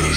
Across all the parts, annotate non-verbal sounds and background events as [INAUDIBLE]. As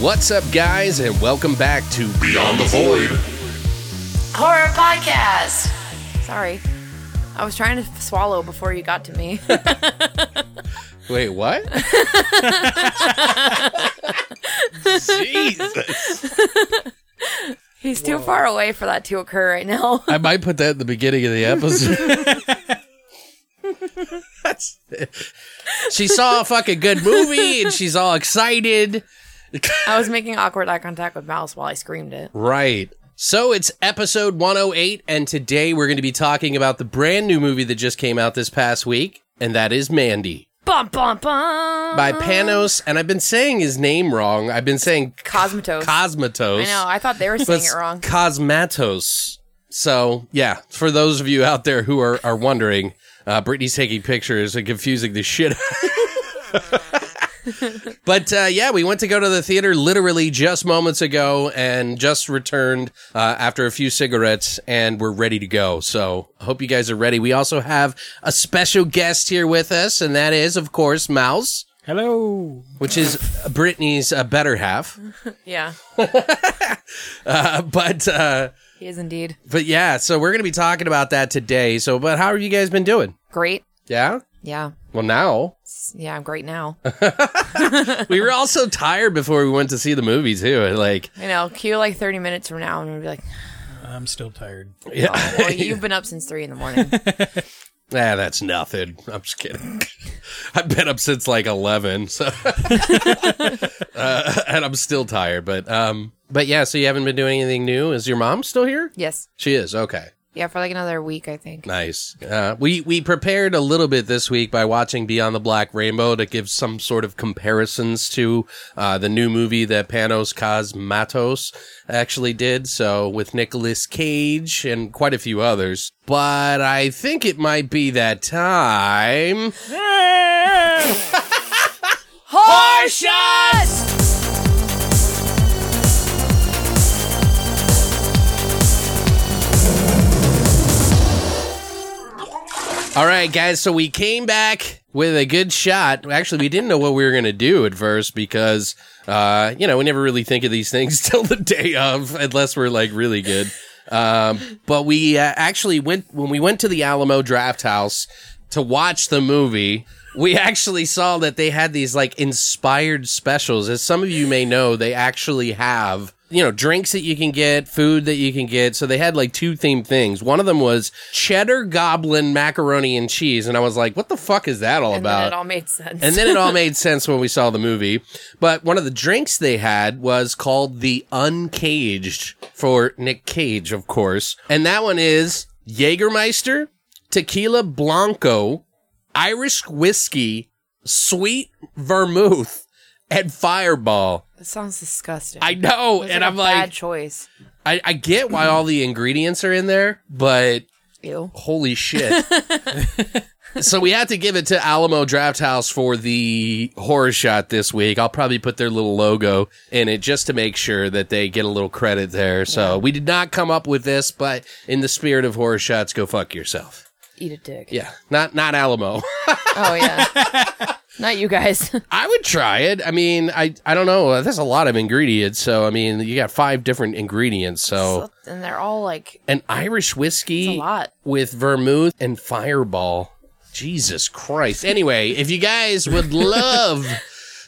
What's up, guys, and welcome back to Beyond the void. Horror Podcast. Sorry. I was trying to f- swallow before you got to me. Wait, what? Jesus. He's too far away for that to occur right now. [LAUGHS] I might put that at the beginning of the episode. That's- she saw a fucking good movie and she's all excited. I was making awkward eye contact with Mouse while I screamed it. Right. So it's episode 108, and today we're going to be talking about the brand new movie that just came out this past week, and that is Mandy Bum, bum, bum. by Panos. And I've been saying his name wrong. I've been saying Cosmatos. Cosmatos. I know. I thought they were saying it wrong. Cosmatos. So yeah, for those of you out there who are are wondering, uh, Brittany's taking pictures and confusing the shit. [LAUGHS] but uh, yeah, we went to go to the theater literally just moments ago, and just returned uh, after a few cigarettes, and we're ready to go. So I hope you guys are ready. We also have a special guest here with us, and that is, of course, Mouse, Hello. which is Brittany's uh, better half. [LAUGHS] Yeah, Uh, but. Uh, he is indeed. But yeah, so we're going to be talking about that today. So, but how have you guys been doing? Great. Yeah. Yeah. Well, now S- Yeah, I'm great now. we were all so tired before we went to see the movie too. Like, You know, cue like 30 minutes from now, and I'm going to be like, I'm still tired. yeah, [LAUGHS] well, you've been up since 3 in the morning. nah, that's nothing. I'm just kidding. [LAUGHS] I've been up since like eleven, so [LAUGHS] uh, and I'm still tired. But um, but yeah. So you haven't been doing anything new. Is your mom still here? yes. She is. Okay. Yeah, for like another week, I think. Nice. Uh, we we prepared a little bit this week by watching Beyond the Black Rainbow to give some sort of comparisons to uh, the new movie that Panos Cosmatos actually did. So with Nicolas Cage and quite a few others. But I think it might be that time. Horseshot! All right, guys. So we came back with a good shot. Actually, we didn't know what we were going to do at first because, uh, you know, we never really think of these things [LAUGHS] till the day of, unless we're like really good. Um, but we uh, actually went when we went to the Alamo Draft House to watch the movie. We [LAUGHS] actually saw that they had these like inspired specials. As some of you may know, they actually have you know drinks that you can get, food that you can get. So they had like two themed things. One of them was cheddar goblin macaroni and cheese, and I was like, "What the fuck is that all And about?" then it all made sense. And then it [LAUGHS] all made sense when we saw the movie. But one of the drinks they had was called the Uncaged for Nick Cage, of course. And that one is Jägermeister, Tequila Blanco, Irish Whiskey, Sweet Vermouth, and Fireball. that sounds disgusting. I know. Was and it a I'm like, bad choice. I, I get why all the ingredients are in there, but Ew. holy shit. so we had to give it to Alamo Draft House for the horror shot this week. I'll probably put their little logo in it just to make sure that they get a little credit there. So we did not come up with this, but in the spirit of horror shots, go fuck yourself. Eat a dick. Yeah, not not Alamo. [LAUGHS] Oh yeah. [LAUGHS] Not you guys. I would try it. I mean, I I don't know. There's a lot of ingredients, so I mean, you got five different ingredients. So And they're all like an Irish whiskey It's a lot. with vermouth and fireball. Jesus Christ. Anyway, if you guys [LAUGHS] would love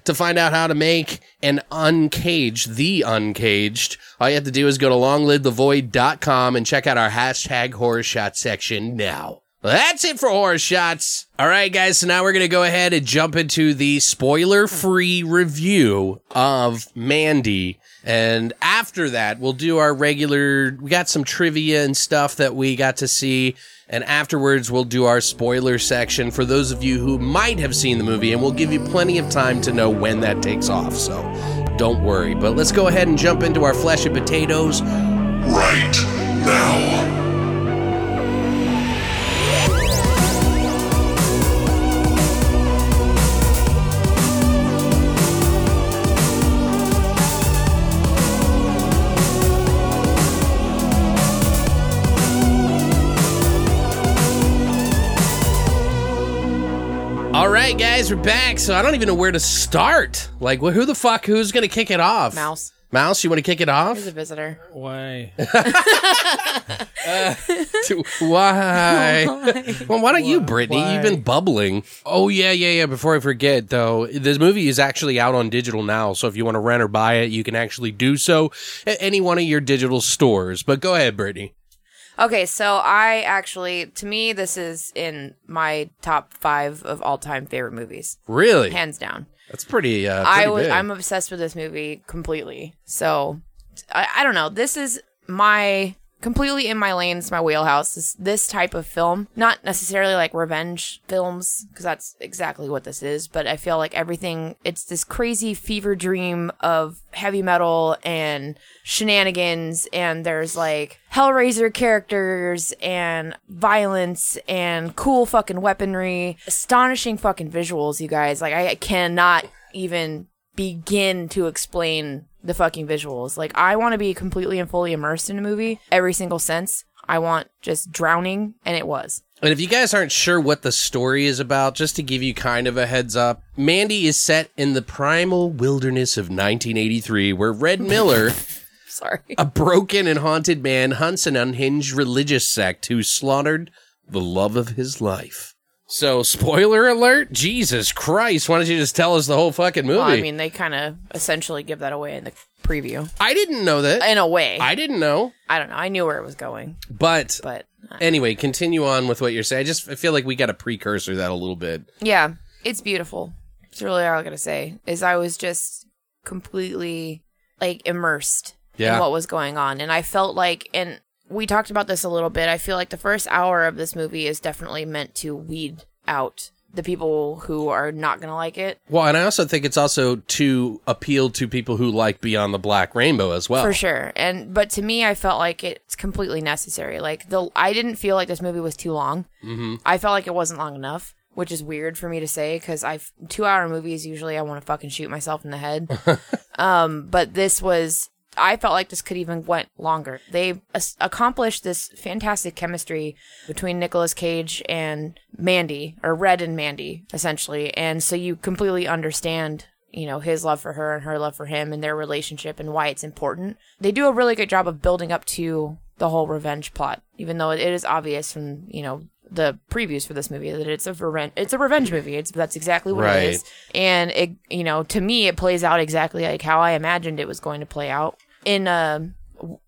to find out how to make an uncaged, the uncaged, all you have to do is go to longlivethevoid.com and check out our hashtag horror shot section now. Well, that's it for horror shots. All right, guys. So now we're going to go ahead and jump into the spoiler free review of Mandy. And after that, we'll do our regular, we got some trivia and stuff that we got to see. And afterwards, we'll do our spoiler section for those of you who might have seen the movie, and we'll give you plenty of time to know when that takes off. So don't worry. But let's go ahead and jump into our flesh and potatoes. Right now. All right, guys, we're back. So I don't even know where to start. Like, wh- who the fuck? Who's gonna kick it off? Mouse. Mouse, you want to kick it off? He's a visitor. Why? [LAUGHS] [LAUGHS] Why? well, why don't you, Brittany? why? You've been bubbling. Oh yeah, yeah, yeah. Before I forget, though, this movie is actually out on digital now. So if you want to rent or buy it, you can actually do so at any one of your digital stores. But go ahead, Brittany. Okay, so I actually, to me, this is in my top five of all time favorite movies, Really, hands down. that's pretty. Uh, pretty I was, big. I'm obsessed with this movie completely. So I, I don't know. This is my completely in my lane. It's my wheelhouse. This, this type of film, not necessarily like revenge films, because that's exactly what this is. But I feel like everything. It's this crazy fever dream of heavy metal and shenanigans, and there's like Hellraiser characters and violence and cool fucking weaponry, astonishing fucking visuals. You guys, like I cannot even begin to explain the fucking visuals. Like I want to be completely and fully immersed in a movie, every single sense. I want just drowning, and it was. And if you guys aren't sure what the story is about, just to give you kind of a heads up, Mandy is set in the primal wilderness of 1983, where Red Miller. [LAUGHS] Sorry. A broken and haunted man hunts an unhinged religious sect who slaughtered the love of his life. So, spoiler alert, Jesus Christ, why don't you just tell us the whole fucking movie? Well, I mean, they kind of essentially give that away in the preview. I didn't know that. In a way, I, I didn't know. don't know. I knew where it was going, But but uh, anyway, continue on with what you're saying. I just I feel like we got to precursor that a little bit. yeah, it's beautiful. It's really all I gotta say is I was just completely like immersed Yeah. in what was going on, and I felt like, and we talked about this a little bit. I feel like the first hour of this movie is definitely meant to weed out the people who are not gonna like it. Well, and I also think it's also to appeal to people who like Beyond the Black Rainbow as well. for sure and but to me i felt like it's completely necessary like the i didn't feel like this movie was too long mm-hmm. i felt like it wasn't long enough which is weird for me to say because i two hour movies usually i want to fucking shoot myself in the head um but this was i felt like this could even went longer they as- accomplished this fantastic chemistry between Nicolas cage and mandy or red and mandy essentially and so you completely understand you know his love for her and her love for him and their relationship and why it's important they do a really good job of building up to the whole revenge plot even though it is obvious from you know the previews for this movie that it's a revenge it's a revenge movie it's that's exactly what it Right. is and it you know to me it plays out exactly like how i imagined it was going to play out in a,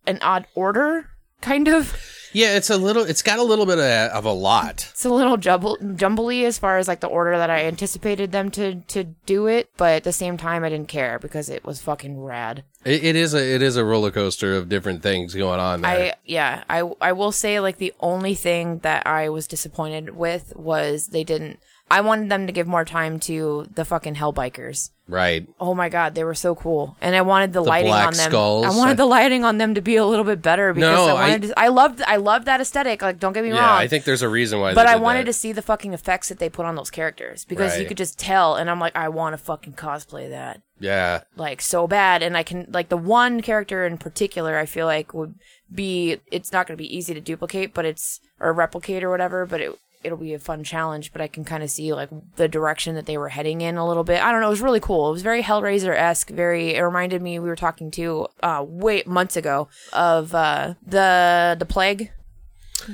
an odd order kind of [LAUGHS] Yeah, it's a little. It's got a little bit of, of a lot. it's a little jumble- jumbly as far as like the order that i anticipated them to to do it but at the same time i didn't care because it was fucking rad It, it is a it is a roller coaster of different things going on there. I yeah, I I will say like the only thing that I was disappointed with was they didn't I wanted them to give more time to the fucking hellbikers. right. Oh my god, they were so cool. And I wanted the, lighting black on them. skulls. I wanted the lighting on them to be a little bit better because No, I I- wanted to, I loved I loved that aesthetic. Like don't get me Yeah, wrong. I think there's a reason why. but they I did wanted that. to see the fucking effects that they put on those characters because you Right. could just tell and I'm like I want to fucking cosplay that Yeah, like so bad and i can like the one character in particular i feel like would be it's not going to be easy to duplicate but it's or replicate or whatever but it it'll be a fun challenge but i can kind of see like the direction that they were heading in a little bit i don't know it was really cool it was very hellraiser-esque very it reminded me we were talking to uh wait months ago of uh the the plague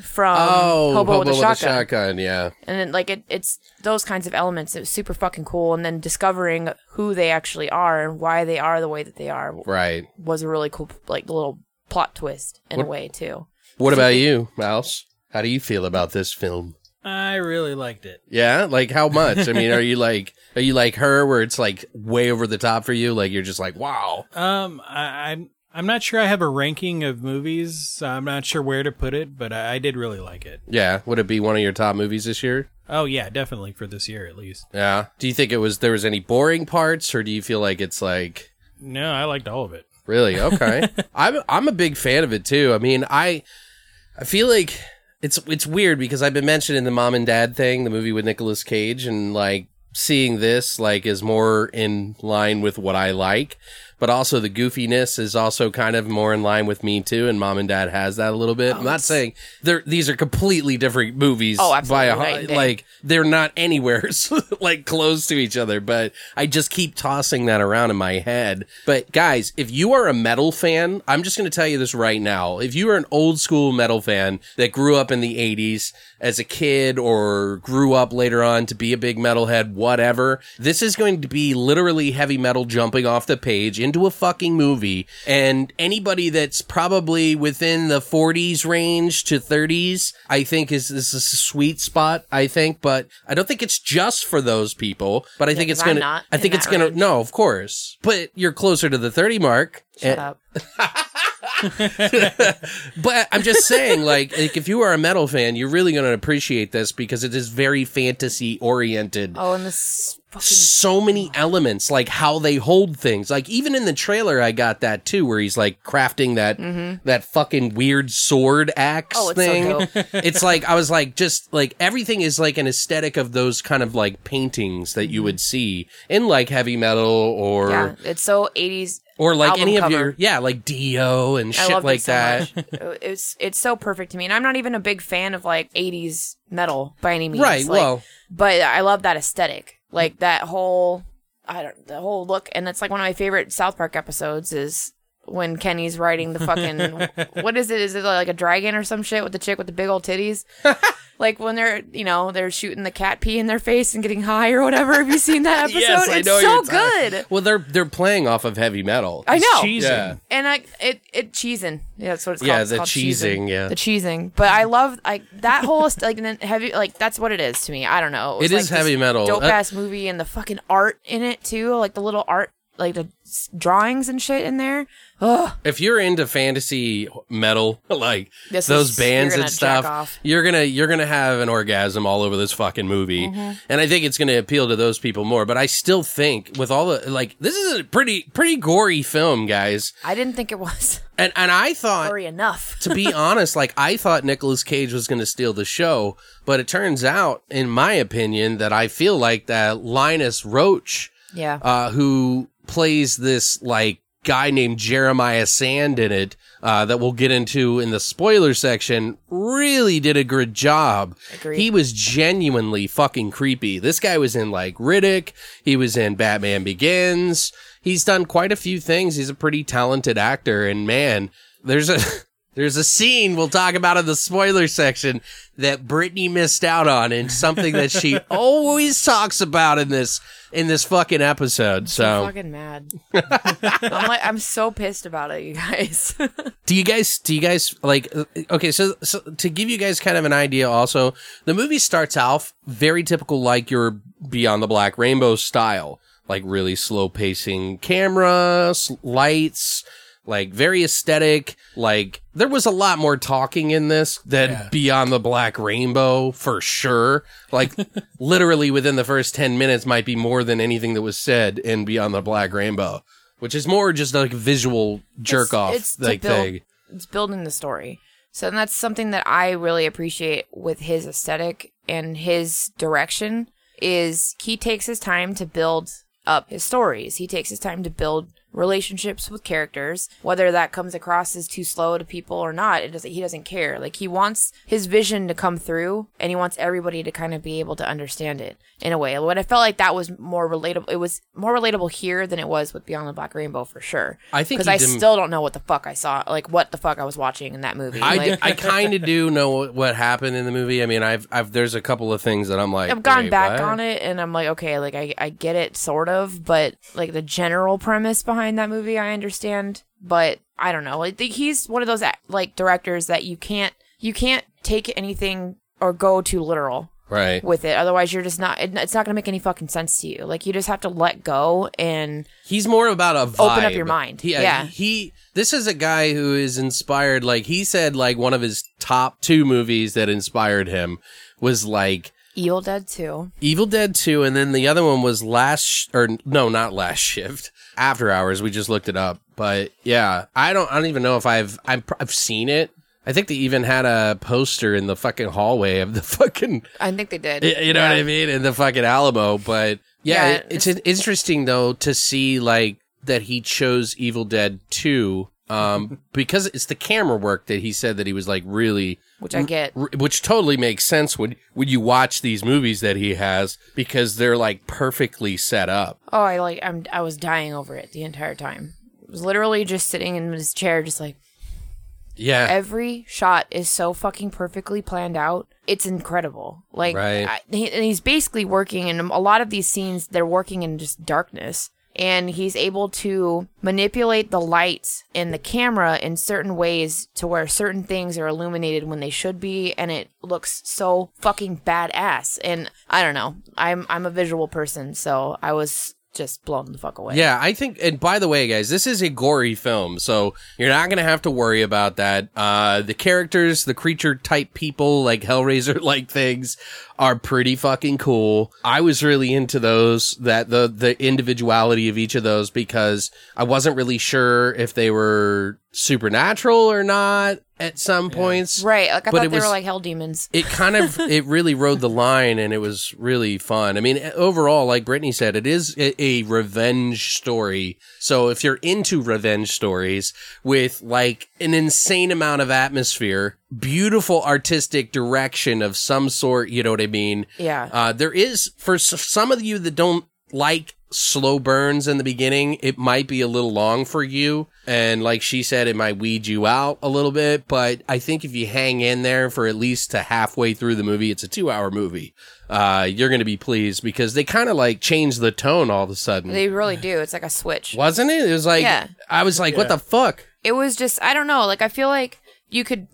from Oh, Hobo, with, a Shotgun. shotgun. Yeah. And then, like, it, it's those kinds of elements. It was super fucking cool. And then discovering who they actually are and why they are the way that they are Right. was a really cool, like, little plot twist in a way, too. What about you, Mouse? How do you feel about this film? I really liked it. Yeah, like how much? I mean, are you like are you like her where it's like way over the top for you? Like you're just like, wow. Um, I, I'm I'm not sure I have a ranking of movies. So I'm not sure where to put it, but I, I did really like it. Yeah, would it be one of your top movies this year? Oh yeah, definitely for this year at least. Yeah. Do you think it was there was any boring parts or do you feel like it's like No, I liked all of it. Really? Okay. I'm I'm a big fan of it too. I mean, I I feel like it's it's weird because I've been mentioning the mom and dad thing, the movie with Nicolas Cage, and like seeing this like is more in line with what I like. But also the goofiness is also kind of more in line with me too, and mom and dad has that a little bit. I'm not saying they're these are completely different movies Oh, absolutely, by a night and day. like they're not anywhere [LAUGHS] like close to each other but i just keep tossing that around in my head but guys if you are a metal fan i'm just going to tell you this right now if you are an old school metal fan that grew up in the 80s as a kid or grew up later on to be a big metalhead whatever this is going to be literally heavy metal jumping off the page into a fucking movie and anybody that's probably within the 40s range to 30s i think is this is a sweet spot i think but i don't think it's just for those people but i think 'cause it's I'm gonna not i in think that it's gonna range. no of course but you're closer to the 30 mark And- Shut up. but I'm just [LAUGHS] saying, like, like, if you are a metal fan, you're really going to appreciate this because it is very fantasy oriented. Oh, and this fucking. So many elements, like how they hold things. Like even in the trailer, I got that too, where he's like crafting that that fucking weird sword axe Mm-hmm. Oh, it's so thing. [LAUGHS] dope. it's like I was like, just like everything is like an aesthetic of those kind of like paintings that you would see in like heavy metal [LAUGHS] or Mm-hmm. Yeah, it's so 80s. or like Album any of cover. your yeah, like Dio and I shit love like so that. much. [LAUGHS] It- it's it's so perfect to me, and I'm not even a big fan of like '80s metal by any means. Right, like- well- but I love that aesthetic, like that whole I don't the whole look, and that's like one of my favorite South Park episodes is when Kenny's riding the fucking what is it? Is it like a dragon or some shit with the chick with the big old titties? like when they're you know they're shooting the cat pee in their face and getting high or whatever. Have you seen that episode? it's what so you're talking- good. Well, they're they're playing off of heavy metal. I know. Cheesy. Yeah. and I it it cheesing. Yeah, that's what it's called. Yeah, It's the called cheesing, yeah. the cheesing. But I love like that whole [LAUGHS] est- like and then heavy like that's what it is to me. I don't know. It is heavy metal. Dope Uh, ass movie and the fucking art in it too, like the little art, like the s- drawings and shit in there. Ugh. If you're into fantasy metal, [LAUGHS] like This those is- bands you're gonna and jack off. stuff, you're gonna you're gonna have an orgasm all over this fucking movie, Mm-hmm. and I think it's gonna appeal to those people more. But I still think with all the like, this is a pretty pretty gory film, guys, I didn't think it was [LAUGHS] and and I thought furry enough. to [LAUGHS] be honest, like I thought Nicolas Cage was going to steal the show, but it turns out, in my opinion, that I feel like that Linus Roach, Yeah. uh, who plays this like guy named Jeremiah Sand in it, uh, that we'll get into in the spoiler section, really did a good job. Agreed. He was genuinely fucking creepy. This guy was in like Riddick, he was in Batman Begins. He's done quite a few things. He's a pretty talented actor, and man, there's a [LAUGHS] there's a scene we'll talk about in the spoiler section that Brittany missed out on, and something that she always talks about in this in this fucking episode. I'm So, fucking mad. [LAUGHS] I'm like I'm so pissed about it, you guys. [LAUGHS] do you guys do you guys like uh, okay so, so to give you guys kind of an idea also the movie starts off very typical like your beyond the black rainbow style like really slow pacing camera s- lights like very aesthetic like there was a lot more talking in this than beyond the black rainbow for sure like literally within the first 10 minutes might be more than anything that was said in beyond the black rainbow which is more just like visual jerk It's- off it's to like build- thing it's building the story. So and that's something that I really appreciate with his aesthetic and his direction is he takes his time to build up his stories. He takes his time to build relationships with characters, whether that comes across as too slow to people or not. It doesn't. He doesn't care. Like he wants his vision to come through, and he wants everybody to kind of be able to understand it in a way. When I felt like that was more relatable, it was more relatable here than it was with Beyond the Black Rainbow for sure. I think because he I didn't- still don't know what the fuck I saw, like what the fuck I was watching in that movie. I, like, [LAUGHS] kind of do know what- what happened in the movie. I mean, I've, I've there's a couple of things that I'm like I've gone wait, back what? on it and I'm like, okay, like I, I get it sort of, but like the general premise behind that movie, I understand, but I don't know. Like think he's one of those act- like directors that you can't you can't take anything or go too literal right? with it. Otherwise, you're just not. it- It's not gonna make any fucking sense to you. Like you just have to let go and He's more about a vibe. Open up your mind. He, uh, Yeah. He. This is a guy who is inspired. Like he said, like one of his top two movies that inspired him was like Evil Dead too. Evil Dead Two, and then the other one was Last Sh- or no, not Last Shift. After Hours. We just looked it up, but yeah, I don't. I don't even know if I've I'm, pr- I've seen it. I think they even had a poster in the fucking hallway of the [LAUGHS] fucking I think they did. Y- [LAUGHS] You know what I mean? In the fucking Alamo. But yeah, Yeah, it- it's, in- interesting though to see like that he chose Evil Dead 2 [LAUGHS] um, because it's the camera work that he said that he was like really, Which I get. r- which totally makes sense when, when you watch these movies that he has because they're like perfectly set up. Oh, I like I'm I was dying over it the entire time. I was literally just sitting in his chair, just like. Yeah. every shot is so fucking perfectly planned out. It's incredible. Like, Right. I, he, and he's basically working in a lot of these scenes. They're working in just darkness, and he's able to manipulate the lights and the camera in certain ways to where certain things are illuminated when they should be, and it looks so fucking badass. And I don't know. I'm I'm a visual person, so I was just blown the fuck away. Yeah, I think, and by the way, guys, this is a gory film, so you're not gonna have to worry about that. Uh, the characters, the creature type people, like Hellraiser [LAUGHS] like things, are pretty fucking cool. I was really into those, that the the individuality of each of those because I wasn't really sure if they were supernatural or not at some points. Right. Like I But thought it they was- were like hell demons. It kind of [LAUGHS] it really rode the line, and it was really fun. I mean, overall, like Brittany said, it is a, a revenge story. So if you're into revenge stories with like an insane amount of atmosphere, beautiful artistic direction of some sort, you know what I mean? Yeah. Uh, there is for s- some of you that don't like slow burns in the beginning, it might be a little long for you. And like she said, it might weed you out a little bit. But I think if you hang in there for at least to halfway through the movie, it's a two hour movie. Uh, you're going to be pleased because they kind of like change the tone all of a sudden. They really do. It's like a switch. wasn't it? It was like, Yeah. I was like, what the fuck? it was just I don't know. Like I feel like you could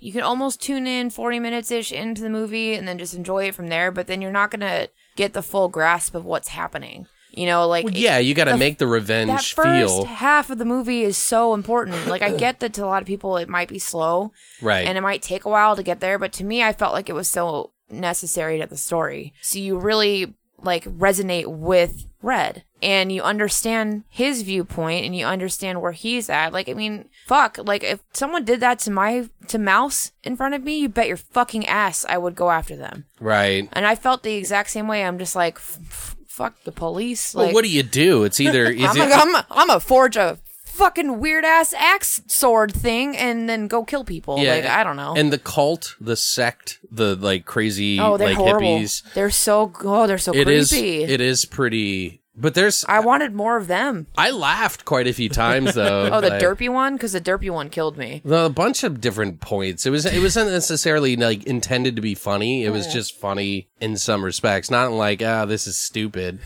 you could almost tune in 40 minutes ish into the movie and then just enjoy it from there, but then you're not going to get the full grasp of what's happening. You know, like Well, yeah, you got to make the that revenge first feel. half of the movie is so important. Like I get that to a lot of people it might be slow Right. and it might take a while to get there, but to me I felt like it was so necessary to the story. So you really like resonate with Red and you understand his viewpoint and you understand where he's at. Like I mean, fuck, like if someone did that to my to Mouse in front of me, you bet your fucking ass I would go after them. right. And I felt the exact same way. I'm just like f- f- fuck the police. Like well, what do you do? It's [LAUGHS] either is I'm it, gonna, I'm, I'm gonna forge a fucking weird ass axe sword thing and then go kill people. like I don't know. And the cult, the sect, the like crazy oh, they're like horrible. hippies. They're so oh, they're so It is creepy. it is pretty but there's I, I wanted more of them. laughed quite a few [LAUGHS] times though. Oh, the like, derpy one because the derpy one killed me. well, a bunch of different points. It was it wasn't necessarily like intended to be funny. It was Oh. just funny in some respects, not like ah this is stupid.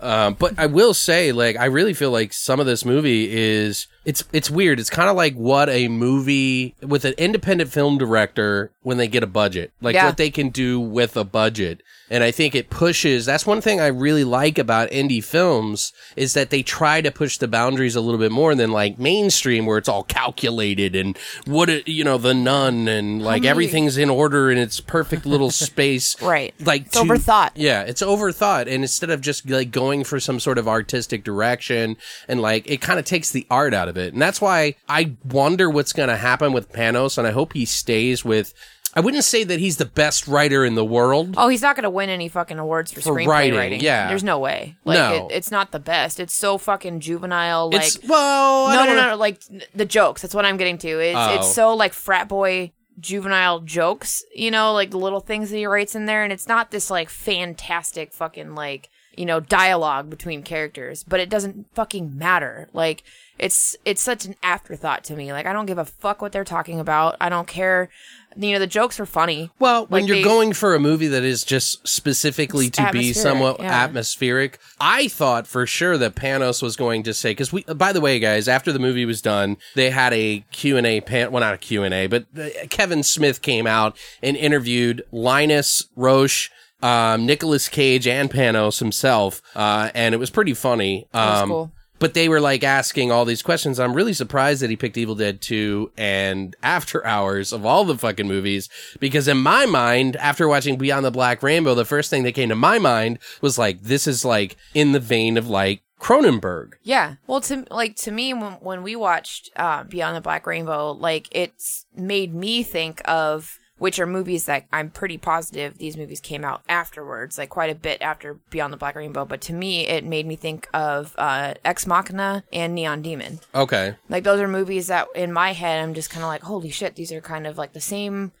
um, but I will say, like I really feel like some of this movie is it's it's weird. It's kind of like what a movie with an independent film director when they get a budget, like Yeah. what they can do with a budget. And I think it pushes. That's one thing I really like about indie films is that they try to push the boundaries a little bit more than like mainstream, where it's all calculated and what it, you know, the nun and like everything's in order and it's perfect little [LAUGHS] space. Right. Like It's overthought. yeah, it's overthought. And instead of just like going for some sort of artistic direction and like it kind of takes the art out of it. And that's why I wonder what's going to happen with Panos. And I hope he stays with I wouldn't say that he's the best writer in the world. Oh, he's not going to win any fucking awards for, For screenplay writing, writing, yeah. there's no way. Like, No. it, it's not the best. It's so fucking juvenile. Like, it's well, I no, don't no, wanna- no, Like the jokes. That's what I'm getting to. It's Oh. it's so like frat boy juvenile jokes. You know, like the little things that he writes in there, and it's not this like fantastic fucking like you know dialogue between characters. But it doesn't fucking matter. Like it's it's such an afterthought to me. Like I don't give a fuck what they're talking about. I don't care. You know, the jokes were funny. Well, when Like, you're they- going for a movie that is just specifically It's to be atmospheric, somewhat yeah. atmospheric, I thought for sure that Panos was going to say because we. uh, By the way, guys, after the movie was done, they had a Q and A pan. Well, not a Q and A, but uh, Kevin Smith came out and interviewed Linus Roche. Um, Nicholas Cage and Panos himself, uh, and it was pretty funny. was Um, cool. but they were like asking all these questions. I'm really surprised that he picked Evil Dead 2 and [LAUGHS] After Hours of all the fucking movies because in my mind, after watching Beyond the Black Rainbow, the first thing that came to my mind was like, this is like in the vein of like Cronenberg. Yeah. Well, to like to me, when, when we watched uh, Beyond the Black Rainbow, like it's made me think of which are movies that I'm pretty positive these movies came out afterwards, like quite a bit after Beyond the Black Rainbow. But to me, it made me think of uh, Ex Machina and Neon Demon. Okay. Like those are movies that in my head I'm just kind of like, holy shit, these are kind of like the same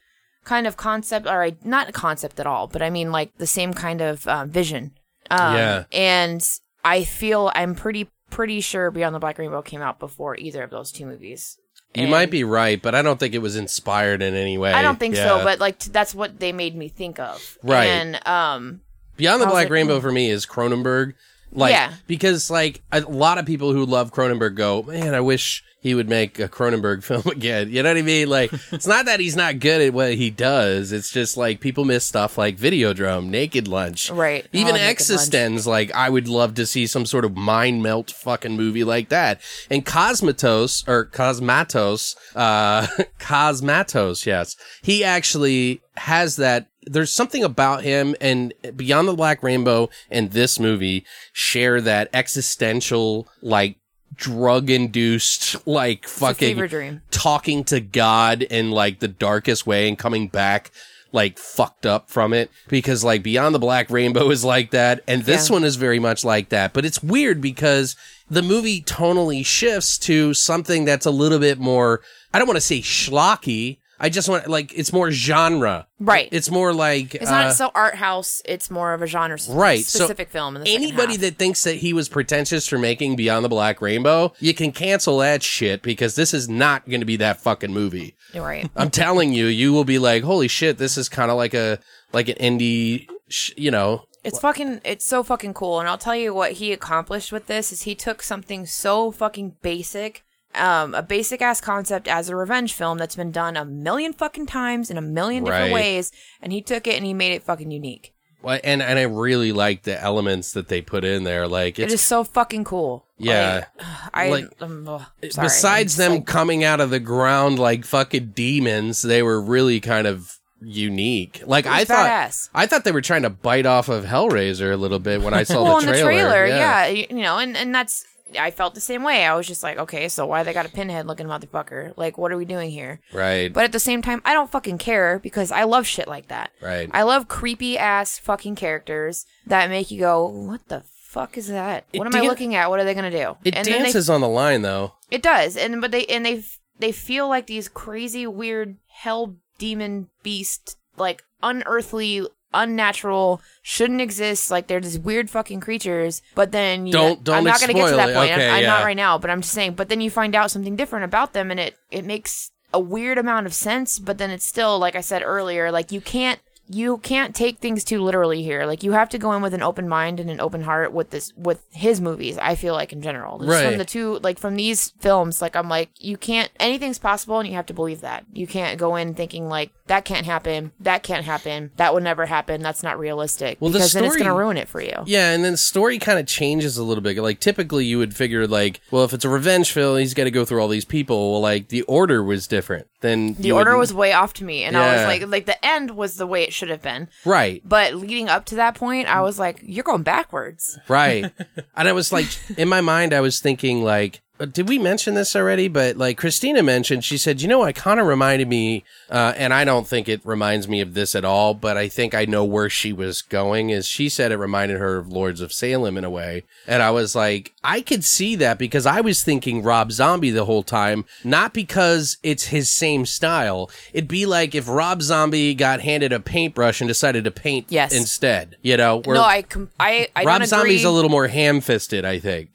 kind of concept, or I, not concept at all, but I mean like the same kind of uh, vision. Um, Yeah. And I feel I'm pretty pretty sure Beyond the Black Rainbow came out before either of those two movies. You And might be right, but I don't think it was inspired in any way. I don't think Yeah. so, but like t- that's what they made me think of. Right. And um, Beyond the I was Black like, Rainbow for me is Cronenberg. Like, Yeah. because like a lot of people who love Cronenberg go, man, I wish he would make a Cronenberg [LAUGHS] film again. You know what I mean? [LAUGHS] Like, it's not that he's not good at what he does. It's just like people miss stuff like Videodrome, Naked Lunch, Right. Even Oh, Naked Existence. Like, I would love to see some sort of mind melt fucking movie like that. And Cosmatos or Cosmatos, uh, [LAUGHS] Cosmatos, yes, he actually has that there's something about him and Beyond the Black Rainbow and this movie share that existential, like drug induced, like fever fucking dream. talking to God in like the darkest way and coming back like fucked up from it because like Beyond the Black Rainbow is like that and this Yeah. one is very much like that but it's weird because the movie tonally shifts to something that's a little bit more I don't want to say schlocky I just want like it's more genre right. It's, it's more like not uh, so art house. It's more of a genre s- Right, so specific film. In the second anybody half. that thinks that he was pretentious for making Beyond the Black Rainbow, you can cancel that shit because this is not going to be that fucking movie. [LAUGHS] right. I'm telling you, you will be like, "Holy shit, this is kind of like a like an indie, sh- you know." It's fucking it's so fucking cool and I'll tell you what he accomplished with this is he took something so fucking basic um a basic ass concept as a revenge film that's been done a million fucking times in a million different Right. ways and he took it and he made it fucking unique. Why- And and I really like the elements that they put in there. Like It's, it's so fucking cool. Yeah. Like, I Like, uh, um, ugh, sorry. besides It's them like- coming out of the ground like fucking demons, they were really kind of unique. Like was I thought, badass. I thought they were trying to bite off of Hellraiser a little bit when I saw well, the in trailer. the trailer, yeah. you- you know, and and that's I felt the same way. I was just like, okay, so why they got a pinhead looking motherfucker? Like what are we doing here? right. But at the same time, I don't fucking care because I love shit like that. Right. I love creepy ass fucking characters that make you go, what the fuck is that? It What am dan- I looking at? What are they gonna do? It and then dances on the line though. They, it does, and but they and they f- they feel like these crazy, weird hell demon beast, like unearthly, unnatural, shouldn't exist. Like they're these weird fucking creatures. But then you Don't- don't I'm not gonna get to spoil that it. point. I'm- Okay, I'm, yeah. not right now, but I'm just saying. But then you find out something different about them, and it it makes a weird amount of sense. But then it's still, like I said earlier, like you can't you can't take things too literally here. Like you have to go in with an open mind and an open heart with this with his movies. I feel like in general, Just Right. From the two, like from these films, like I'm like you can't anything's possible, and you have to believe that. You can't go in thinking like that can't happen, that can't happen, that would never happen, that's not realistic. Well, the because then it's story- gonna ruin it for you. Yeah, and then story kind of changes a little bit. Like typically you would figure like, well, if it's a revenge film, he's got to go through all these people. Well, like the order was different than The order was way off to me, and I was Yeah. like, like the end was the way it should have been. right. But leading up to that point, I was like, you're going backwards. Right. and I was like, in my mind, I was thinking like, uh, did we mention this already? But like Christina mentioned, she said, you know, it kind of reminded me, uh, and I don't think it reminds me of this at all, but I think I know where she was going. Is she said it reminded her of Lords of Salem in a way, and I was like, I could see that because I was thinking Rob Zombie the whole time, not because it's his same style. It'd be like if Rob Zombie got handed a paintbrush and decided to paint Yes. instead. You know, where no, I com- I I Rob don't Zombie's agree. a little more ham-fisted, I [LAUGHS] think.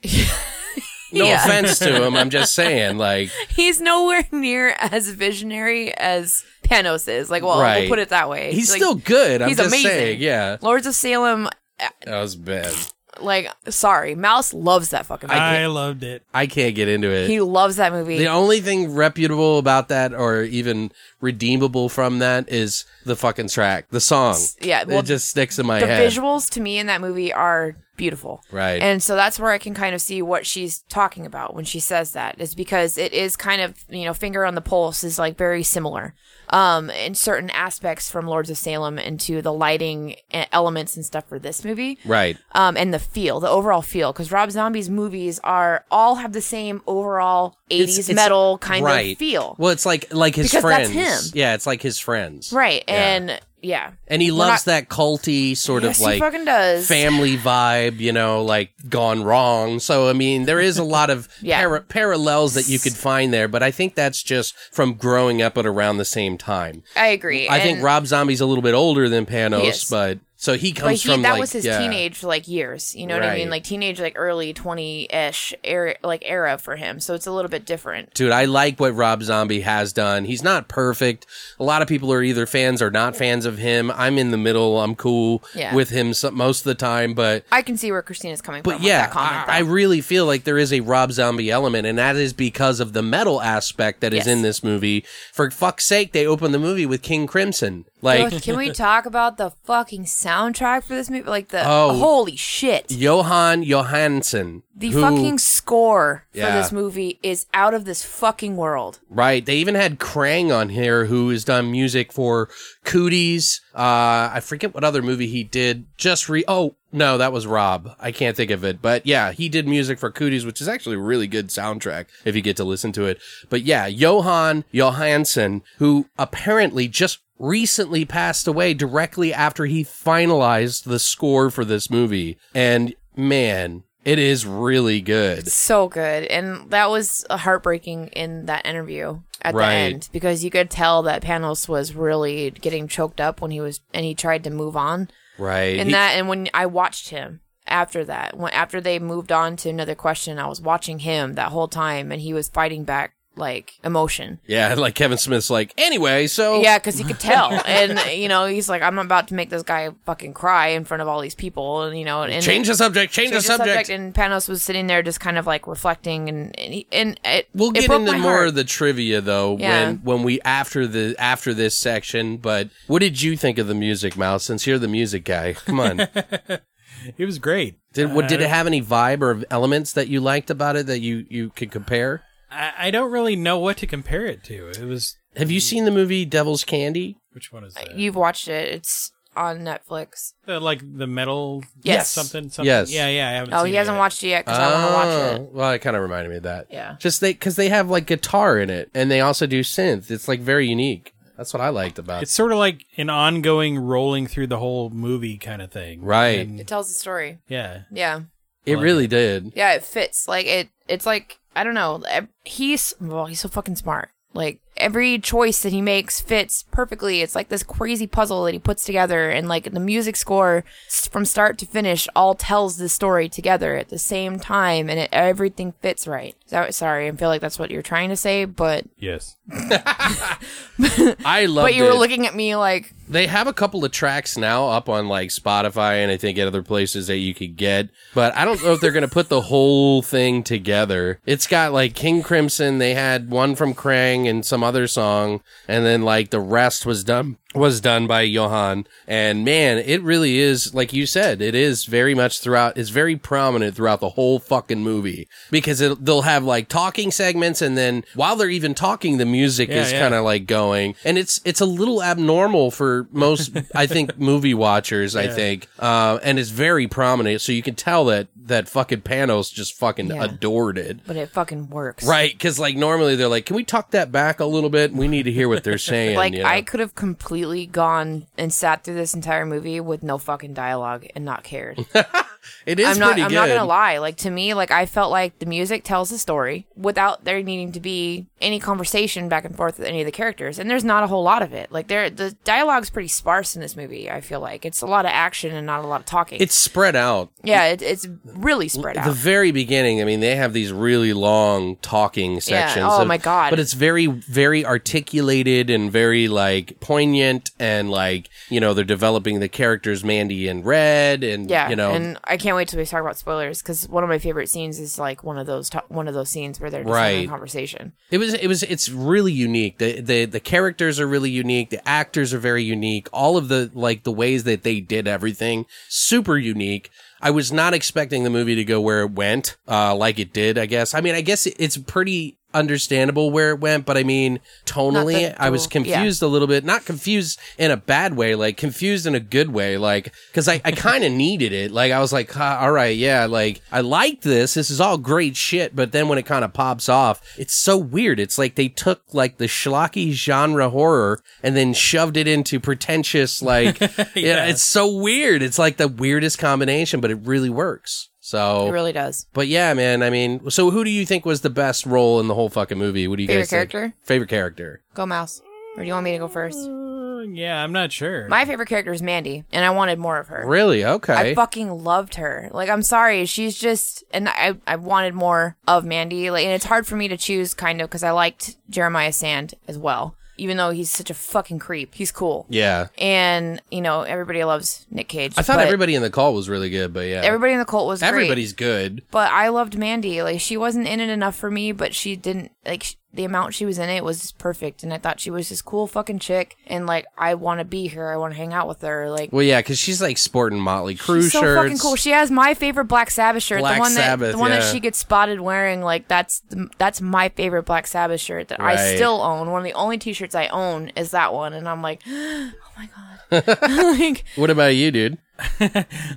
No Yeah. offense to him, I'm just [LAUGHS] saying, like, He's nowhere [LAUGHS] near as visionary as Panos is. Like, well, Right. we'll put it that way. he's Like, still good. I'm he's just amazing. saying, yeah, Lords of Salem. that was bad. Like, sorry, Mouse loves that fucking movie. I loved it. I can't get into it. he loves that movie. the only thing reputable about that, or even redeemable from that, is the fucking track, the song. yeah, well, it just sticks in my the head. visuals to me in that movie are beautiful. Right. And so that's where I can kind of see what she's talking about when she says that is because it is kind of, you know, finger on the pulse is like very similar um in certain aspects from Lords of Salem into the lighting e- elements and stuff for this movie. right. Um and the feel, the overall feel cuz Rob Zombie's movies are all have the same overall 80s It's- it's- metal kind right. of feel. Well, it's like like his Because that's friends. him. Yeah, it's like his friends. right. Yeah. And yeah. and he We're loves not- that culty sort [LAUGHS] Yes, of he like fucking does. [LAUGHS] family vibe, you know, like gone wrong. So I mean, there is a lot of [LAUGHS] Yeah. para- parallels that you could find there, but I think that's just from growing up at around the same time. I agree. I think And- Rob Zombie's a little bit older than Panos, Yes. but so he but comes he, from that like was his yeah, teenage like years you know what i Right. mean like teenage like early 20-ish era, like era for him so it's a little bit different Dude, I like what Rob Zombie has done. He's not perfect. A lot of people are either fans or not fans of him. I'm in the middle. I'm cool Yeah. with him so- most of the time, but i can see where christina's coming But from yeah, with that comment I, I though. really feel like there is a Rob Zombie element, and that is because of the metal aspect that is Yes. in this movie. For fuck's sake, they open the movie with King Crimson. Like Ugh, can we talk about the fucking soundtrack for this movie like the Oh. holy shit Johan Johansson. the who- fucking score for Yeah. this movie is out of this fucking world Right. They even had Krang on here who has done music for Cooties. Uh I forget what other movie he did. Just re oh no, that was Rob. I can't think of it. But yeah, he did music for Cooties, which is actually a really good soundtrack if you get to listen to it. But yeah, Johan Johansson, who apparently just recently passed away directly after he finalized the score for this movie. And man, it is really good. so good and that was heartbreaking in that interview at Right. the end because you could tell that panos was really getting choked up when he was and he tried to move on Right. and He- that and when i watched him after that when after they moved on to another question i was watching him that whole time and he was fighting back like emotion yeah, like Kevin Smith's like, anyway, so yeah because [LAUGHS] you could tell and you know he's like i'm about to make this guy fucking cry in front of all these people and you know and change the subject. Change, change the subject. and panos was sitting there just kind of like reflecting and and, he, and it We'll it get broke into my more heart. of the trivia though Yeah. when when we after the after this section. But what did you think of the music, Mouse? Since you're the music guy, come [LAUGHS] on. It was great. did what did it have any vibe or elements that you liked about it that you you could compare? I, I don't really know what to compare it to. It was Have you seen the movie Devil's Candy? which one is that? you've watched it it's on netflix The, like the metal. Yes. Something. Something. Yes. Yeah. Yeah. I haven't oh seen he it hasn't yet. watched it yet because i want to watch Oh, it Well, it kind of reminded me of that. Yeah. Just they because they have like guitar in it, and they also do synth. It's like very unique. That's what I liked about it. It's sort of like an ongoing rolling through the whole movie kind of thing. Right. And, it tells the story yeah. yeah It really did. Yeah, it fits. Like it. It's like I don't know. ev- He's well, he's so fucking smart. Like every choice that he makes fits perfectly. It's like this crazy puzzle that he puts together, and like the music score s- from start to finish all tells the story together at the same time, and it, everything fits right. So, sorry, I feel like that's what you're trying to say, but Yes. I loved but you it. were looking at me like They have a couple of tracks now up on like Spotify and I think at other places that you could get, but I don't know if they're going to put the whole thing together. It's got like King Crimson, they had one from Krang and some other song, and then like the rest was done was done by Johan. And man, it really is, like you said, it is very much throughout, it's very prominent throughout the whole fucking movie because it, they'll have like talking segments. And then while they're even talking, the music Yeah, is yeah. kind of like going. And it's, it's a little abnormal for most, I [LAUGHS] think, movie watchers, I think. Uh, and it's very prominent. So you can tell that, that fucking Panos just fucking Yeah. adored it. but it fucking works. Right, because like normally they're like, "Can we tuck that back a little bit? We need to hear what [LAUGHS] they're saying." Like you know? I could have completely gone and sat through this entire movie with no fucking dialogue and not cared. it is I'm not. pretty I'm good. not gonna lie. Like to me, like I felt like the music tells the story without there needing to be any conversation back and forth with any of the characters, and there's not a whole lot of it. Like there, the dialogue's pretty sparse in this movie. I feel like it's a lot of action and not a lot of talking. It's spread out. yeah, it, it's really spread The out. very beginning, I mean, they have these really long talking sections. Oh of- my God. But it's very, very articulated and very like poignant, and like you know they're developing the characters Mandy and Red, and Yeah, you know, and I can't wait till we talk about spoilers because one of my favorite scenes is like one of those to- one of those scenes where they're just having Right. a conversation. It was it was it's really unique. The the the characters are really unique, the actors are very unique. All of the like the ways that they did everything super unique. I was not expecting the movie to go where it went, uh like it did, I guess. I mean, I guess it- it's pretty understandable where it went, but I mean, tonally that- I was yeah. confused a little bit, not confused in a bad way, like confused in a good way, like cuz I I kind of needed it. Like I was like, "Ah, "All right, yeah, like I like this. This is all great shit, but then when it kind of pops off, it's so weird. It's like they took like the schlocky genre horror and then shoved it into pretentious [LAUGHS] like yeah. it's so weird. It's like the weirdest combination, but it really works. So It really does. but yeah, man. I mean, so who do you think was the best role in the whole fucking movie? What do you Favorite guys think? character? Favorite character? Go mouse. Or do you want me to go first? Uh, yeah, I'm not sure. My favorite character is Mandy, and I wanted more of her. Really? Okay. I fucking loved her. Like, I'm sorry, she's just, and I, I wanted more of Mandy. Like, and it's hard for me to choose, kind of, because I liked Jeremiah Sand as well. Even though he's such a fucking creep, he's cool. yeah. And you know, everybody loves Nick Cage. I thought but everybody in the call was really good, but yeah, everybody in the cult was great. everybody's good. But I loved Mandy. Like, she wasn't in it enough for me, but she didn't like sh- the amount she was in it was just perfect. And I thought she was this cool fucking chick. And like, I want to be here. I want to hang out with her. Like, Well, yeah, because she's like sporting Motley Crue She's so shirts. fucking cool. She has my favorite Black Sabbath shirt. Black the one that Sabbath, the one yeah. that she gets spotted wearing. Like that's the, that's my favorite Black Sabbath shirt that Right. I still own. One of the only T-shirts I own is that one, and I'm like, [GASPS] oh my god. [LAUGHS] like, What about you, dude?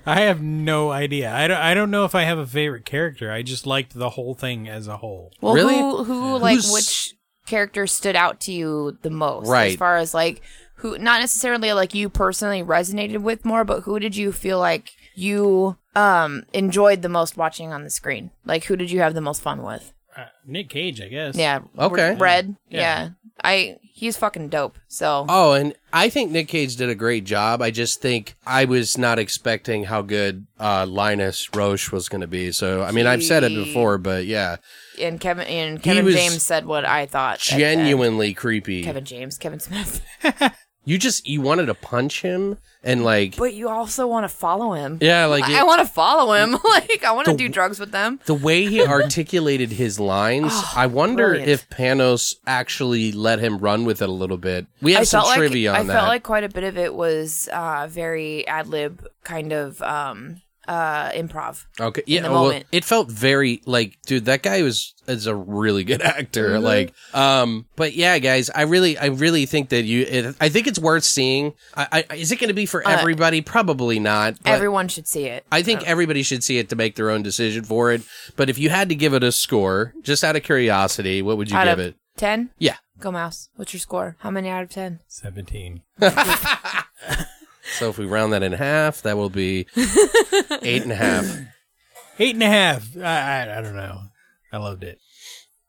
I have no idea. I don't, I don't know if I have a favorite character. I just liked the whole thing as a whole. well, Really? who who like Who's- which character stood out to you the most? Right. As far as like who, not necessarily like you personally resonated with more, but who did you feel like you um enjoyed the most watching on the screen? Like, who did you have the most fun with? Uh, Nick Cage, I guess. Yeah. Okay. r- Red. Yeah. Yeah. I he's fucking dope. So Oh, and I think Nick Cage did a great job. I just think I was not expecting how good uh, Linus Roche was going to be. So, I mean, I've said it He- before, but yeah, and Kevin and Kevin was James said what I thought. at the end. genuinely creepy. Kevin James, Kevin Smith. [LAUGHS] You just you wanted to punch him and like But you also want to follow him. yeah, like I, it- want to follow him. [LAUGHS] like I want to do drugs with them. the way [LAUGHS] he articulated his lines. I wonder Oh, brilliant. if Panos actually let him run with it a little bit. We have I some felt like trivia I on that. felt like quite a bit of it was uh, very ad lib kind of um, uh, improv. Okay. Yeah. oh, the well, moment. it felt very like, dude, that guy was is a really good [LAUGHS] actor. Mm-hmm. Like, um, but yeah, guys, I really, I really think that you, it, I think it's worth seeing. I, I is it going to be for Uh, everybody? Probably not. But Everyone should see it. I think everybody should see it to make their own decision for it. But if you had to give it a score, just out of curiosity, what would you out give of it? ten, Yeah. go mouse. What's your score? How many out of ten? 17. So if we round that in half, that will [LAUGHS] be eight and a half. Eight and a half. I, I, I don't know. I loved it.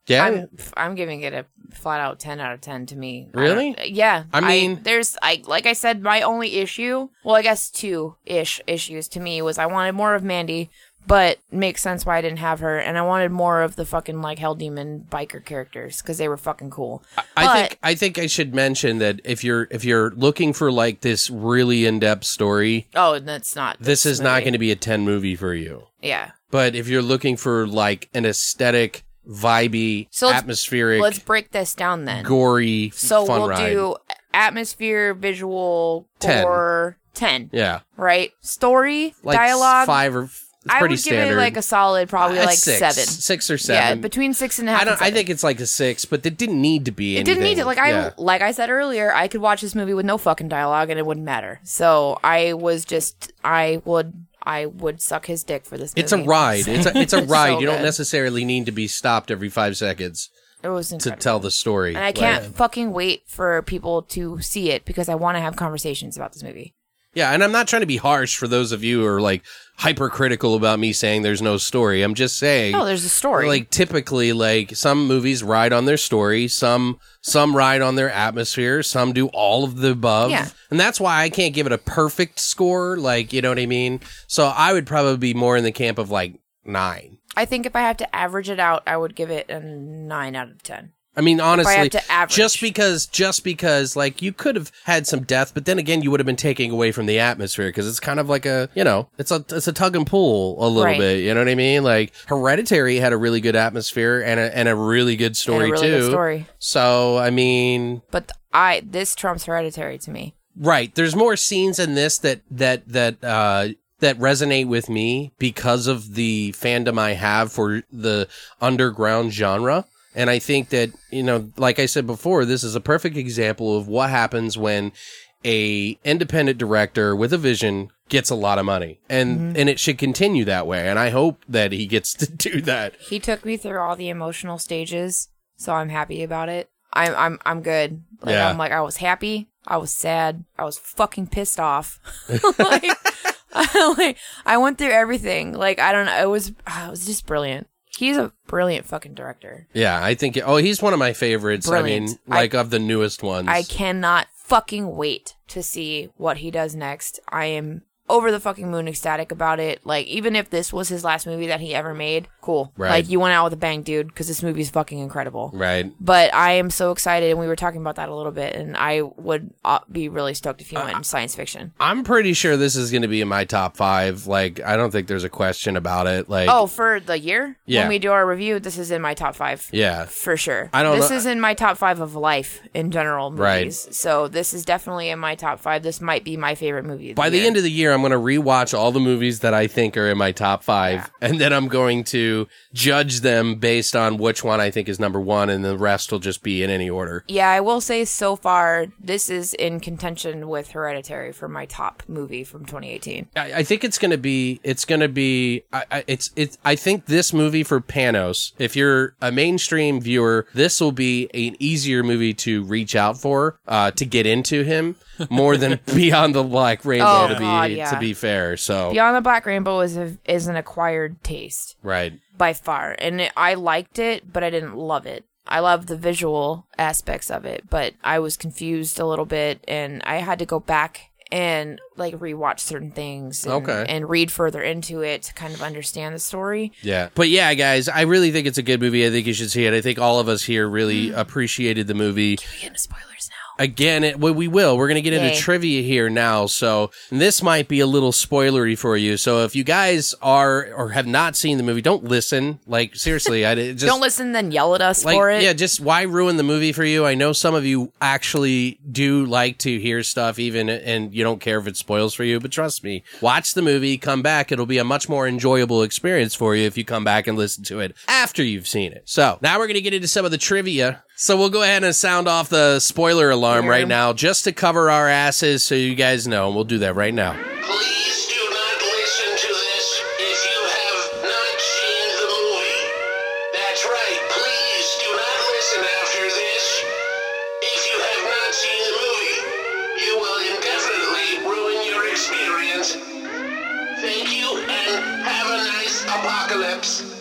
Yeah. I'm f- I'm giving it a flat out ten out of ten to me. I Really? don't- Uh, yeah. I mean- there's I like I said, my only issue, well, I guess two ish issues to me was I wanted more of Mandy, but makes sense why I didn't have her, and I wanted more of the fucking like hell demon biker characters because they were fucking cool. I But- think I think I should mention that if you're if you're looking for like this really in depth story, Oh, and that's not. this is not movie. going to be a 10 movie for you. Yeah. But if you're looking for like an aesthetic, vibey, So let's- atmospheric, Let's break this down then. gory, So fun we'll ride. do atmosphere, visual, Ten. or ten, Yeah, right? Story, like dialogue. five or it's I pretty would standard. give it like a solid, probably Uh, like six, seven. six or Yeah, seven. between six and a half. I and don't. I seven. think it's like a six, but it didn't need to be. it didn't need anything. it. Like I, Yeah. like I said earlier, I could watch this movie with no fucking dialogue and it wouldn't matter. So I was just, I would, I would suck his dick for this. It's a movie. ride. It's a, [LAUGHS] it's a ride. you don't good. necessarily need to be stopped every five seconds It was to incredible. tell the story. and I can't fucking wait for people to see it because I want to have conversations about this movie. Yeah, and I'm not trying to be harsh for those of you who are like hypercritical about me saying there's no story. I'm just saying Oh, there's a story. like typically like some movies ride on their story, some some ride on their atmosphere, some do all of the above. Yeah. And that's why I can't give it a perfect score, like, you know what I mean? So I would probably be more in the camp of like 9. I think if I have to average it out, I would give it a nine out of ten. I mean, honestly, have to average. just because, just because, like you could have had some death, but then again, you would have been taking away from the atmosphere because it's kind of like a, you know, it's a, it's a tug and pull a little Right. bit. You know what I mean? Like Hereditary had a really good atmosphere and a, and a really good And story a really too. good story. So I mean, But th- I, this trumps hereditary to me. right? There's more scenes in this that that that uh, that resonate with me because of the fandom I have for the underground genre. And I think that, you know, like I said before, this is a perfect example of what happens when a independent director with a vision gets a lot of money. And Mm-hmm. and it should continue that way. And I hope that he gets [LAUGHS] to do that. He took me through all the emotional stages, so I'm happy about it. I'm I'm I'm good. Like Yeah. I'm like I was happy, I was sad, I was fucking [LAUGHS] pissed off. [LAUGHS] like, I, like I went through everything. Like I don't know, it was ah, it was just brilliant. He's a brilliant fucking director. Yeah, I think oh, he's one of my favorites. I mean, Brilliant. I- like of the newest ones. I cannot fucking wait to see what he does next. I am over the fucking moon ecstatic about it. Like, even if this was his last movie that he ever made, cool. Right. Like, you went out with a bang, dude, because this movie is fucking incredible. right. But I am so excited, and we were talking about that a little bit, and I would uh, be really stoked if he uh, went in science fiction. I'm pretty sure this is going to be in my top five. Like, I don't think there's a question about it. Like, Oh, for the year? Yeah. When we do our review, this is in my top five. yeah, For sure. I don't This know- is in my top five of life in general Right. movies. So this is definitely in my top five. This might be my favorite movie. Of By the year. end of the year, I'm going to rewatch all the movies that I think are in my top five, and then I'm going to judge them based on which one I think is number one, and the rest will just be in any order. Yeah, I will say so far, this is in contention with Hereditary for my top movie from 2018. I, I think it's going to be, it's going to be, I, I, it's, it's, I think this movie for Panos, if you're a mainstream viewer, this will be an easier movie to reach out for, uh, to get into him more than [LAUGHS] Beyond the Black Rainbow, Oh, to be, God, yeah. to be fair. So, Beyond the Black Rainbow is, a, is an acquired taste right. by far. And it, I liked it, but I didn't love it. I love the visual aspects of it, but I was confused a little bit and I had to go back and like rewatch certain things and, Okay. and read further into it to kind of understand the story. Yeah. But yeah, guys, I really think it's a good movie. I think you should see it. I think all of us here Mm. really appreciated the movie. We're getting spoilers now. Again, it, well, we will. We're going to get into Yay. trivia here now. So this might be a little spoilery for you. So if you guys are or have not seen the movie, don't listen. Like, seriously, I it just. [LAUGHS] Don't listen, then yell at us like, for it. yeah, just why ruin the movie for you? I know some of you actually do like to hear stuff, even and you don't care if it spoils for you. But trust me, watch the movie, come back. It'll be a much more enjoyable experience for you if you come back and listen to it after you've seen it. So now we're gonna get into some of the trivia. So we'll go ahead and sound off the spoiler alarm right now, just to cover our asses, so you guys know. And we'll do that right now. Please do not listen to this if you have not seen the movie. That's right. Please do not listen after this if you have not seen the movie. You will indefinitely ruin your experience. Thank you and have a nice apocalypse.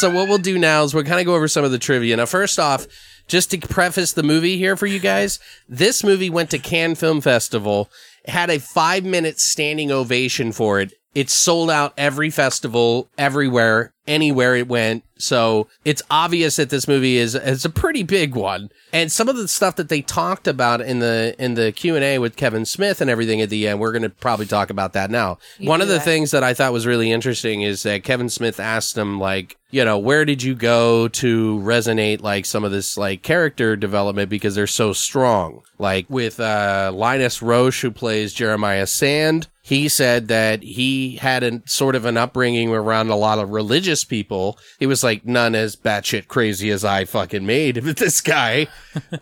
So what we'll do now is we'll kind of go over some of the trivia. Now, first off, just to preface the movie here for you guys, this movie went to Cannes Film Festival, had a five minute standing ovation for it. It sold out every festival, everywhere, anywhere it went. So it's obvious that this movie is is a pretty big one. And some of the stuff that they talked about in the in the Q and A with Kevin Smith and everything at the end, we're going to probably talk about that now. You one do of the that. things that I thought was really interesting is that Kevin Smith asked him like, you know, where did you go to resonate like some of this like character development because they're so strong. Like with uh Linus Roche who plays Jeremiah Sand, he said that he had a sort of an upbringing around a lot of religious people. He was like none as batshit crazy as I fucking made [LAUGHS] with this guy,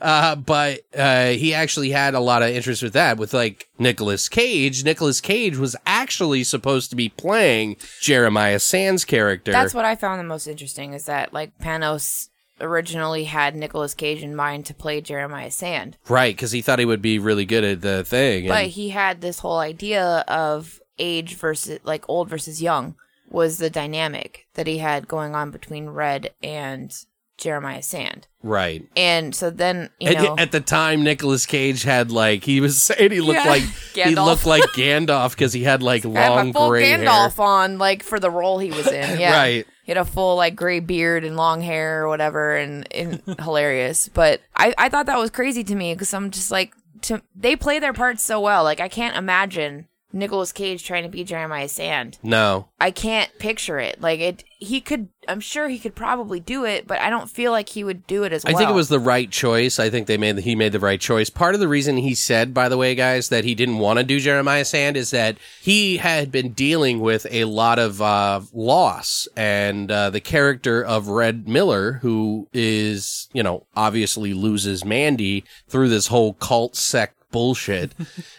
uh, but uh, he actually had a lot of interest with that. With like Nicolas Cage, Nicolas Cage was actually supposed to be playing Jeremiah Sands' character. That's what I found the most interesting is that like Panos originally had Nicolas Cage in mind to play Jeremiah Sand, Right, because he thought he would be really good at the thing. and- but he had this whole idea of age versus like old versus young was the dynamic that he had going on between Red and Jeremiah Sand, right. and so then you And know at the time, Nicolas Cage had like he was [LAUGHS] saying he looked Yeah. like he Gandalf. looked like Gandalf because he had like I had my long full gray hair. Gandalf on like for the role he [LAUGHS] was in, yeah, Right. He had a full like gray beard and long hair or whatever, and, and [LAUGHS] hilarious. But I, I thought that was crazy to me because I'm just like, to, they play their parts so well. Like I can't imagine Nicolas Cage trying to be Jeremiah Sand. No, I can't picture it. Like it, he could. I'm sure he could probably do it, but I don't feel like he would do it as I well. think it was the right choice. I think they made the, he made the right choice. Part of the reason he said, by the way, guys, that he didn't want to do Jeremiah Sand is that he had been dealing with a lot of uh, loss, and uh, the character of Red Miller, who is you know obviously loses Mandy through this whole cult sect [LAUGHS] bullshit,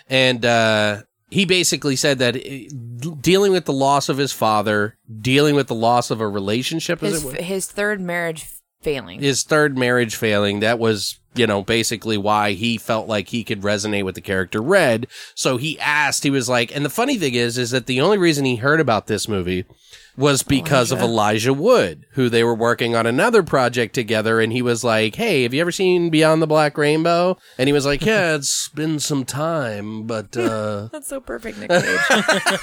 and uh, he basically said that eh, dealing with the loss of his father, dealing with the loss of a relationship, as his it were f- his third marriage f- failing. his third marriage failing that was you know basically why he felt like he could resonate with the character red so he asked he was like and the funny thing is is that the only reason he heard about this movie was Oh, because of Elijah Wood, who they were working on another project together. And he was like, Hey, have you ever seen Beyond the Black Rainbow? And he was [LAUGHS] like, Yeah, it's been some time, but, uh, [LAUGHS] That's so perfect, Nick Cage.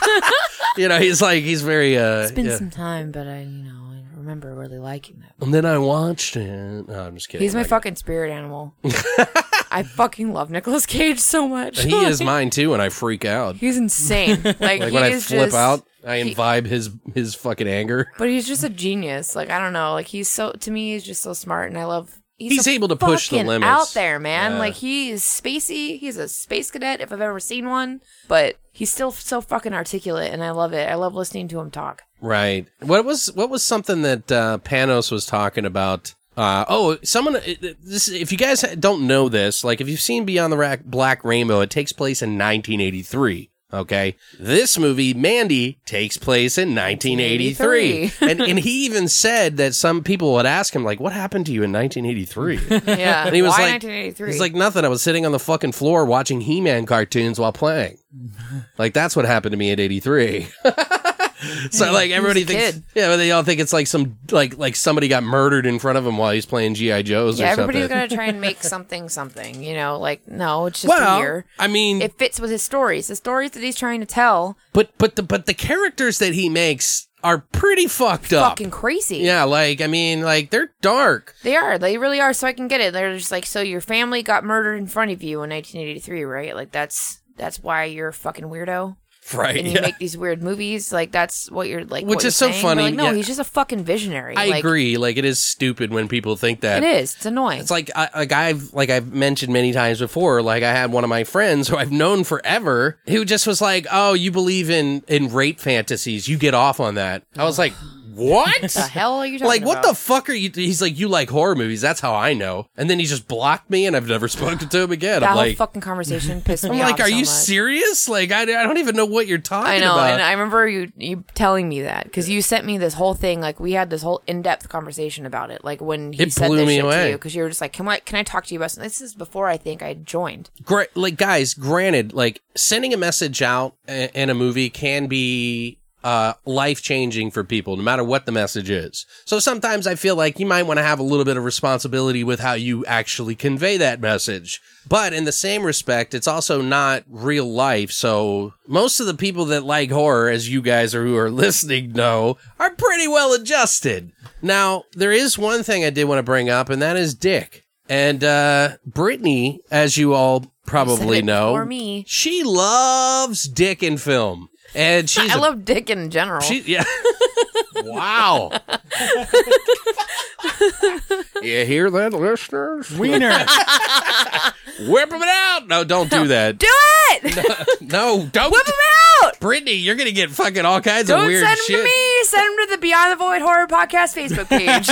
you know, he's like, he's very, uh, it's been yeah. some time, but I, you know, I remember really liking that. and then I watched it. No, I'm just kidding. He's my Like, fucking spirit [LAUGHS] animal. I fucking love Nicolas Cage so much. [LAUGHS] He is mine too. And I freak out. [LAUGHS] He's insane. Like, like he when I is flip just, out, I imbibe his his fucking anger. But he's just a genius. Like I don't know. Like he's so to me, he's just so smart, and I love. He's, He's so able to push the fucking limits. out there, man. Yeah. Like he is spacey. He's a space cadet if I've ever seen one. But he's still so fucking articulate, and I love it. I love listening to him talk. Right. What was what was something that uh, Panos was talking about? Uh, oh, someone. it- This if you guys don't know this, like if you've seen Beyond the Rack, Black Rainbow, it takes place in 1983. Okay, this movie Mandy takes place in 1983, [LAUGHS] 1983. and and he even said that some people would ask him like, "What happened to you in 1983?" [LAUGHS] Yeah. And he was Why like, 1983? He's like nothing. I was sitting on the fucking floor watching He-Man cartoons while [LAUGHS] playing. Like that's what happened to me at '83. [LAUGHS] so like everybody a thinks, kid. yeah, but they all think it's like some like like somebody got murdered in front of him while he's playing GI Joes yeah, or something. everybody's gonna try and make [LAUGHS] something something. You know, like no, it's just well, a year. I mean, it fits with his stories. The stories that he's trying to tell, but but the but the characters that he makes are pretty fucked up. fucking crazy. Oh. yeah, like I mean, like they're dark. They are. They really are. So I can get it. They're just like, so your family got murdered in front of you in 1983, right? Like that's that's why you're a fucking weirdo Right. and you [LAUGHS] yeah. make these weird movies. Like that's what you're like. Which what is you're so saying. funny, But, like, no, yeah. he's just a fucking visionary. I like, agree. Like it is stupid when people think that. It is. It's annoying. It's like I, like I've like I've mentioned many times before. Like I had one of my friends who I've known forever who just was like, "Oh, you believe in in rape fantasies? You get off on that?" I was like, the "What?" hell are you [LAUGHS] talking Like about? what the fuck are you? He's like, you like horror movies? That's how I know. And then he just blocked me, and I've never [LAUGHS] spoken to him again. that I'm whole like, [LAUGHS] fucking conversation pissed me I'm off. like, are so you much. serious? Like, I, I don't even know what you're talking I know, about. and I remember you you telling me that because you sent me this whole thing. Like we had this whole in depth conversation about it. Like when he It said blew this me shit away. to you because you were just like, "Can I can I talk to you about something?" This is before I think I joined. Gra- like guys granted like sending a message out a- in a movie can be uh, life changing for people, no matter what the message is. So sometimes I feel like you might want to have a little bit of responsibility with how you actually convey that message. But in the same respect, it's also not real life. So most of the people that like horror, as you guys are who are listening know, are pretty well adjusted. Now, there is one thing I did want to bring up, and that is Dick. And uh, Brittany, as you all probably it know, before me. she loves dick in film, and she's [LAUGHS] I a- love dick in general. she, yeah. wow. [LAUGHS] you hear that, listeners? [LAUGHS] Wiener. Whip them out! No, don't do that. Do [LAUGHS] it! No, don't. Whip him out! Brittany, you're gonna get fucking all kinds of Don't weird send him shit. to me. Send him to the Beyond the Void Horror Podcast [LAUGHS] Facebook page.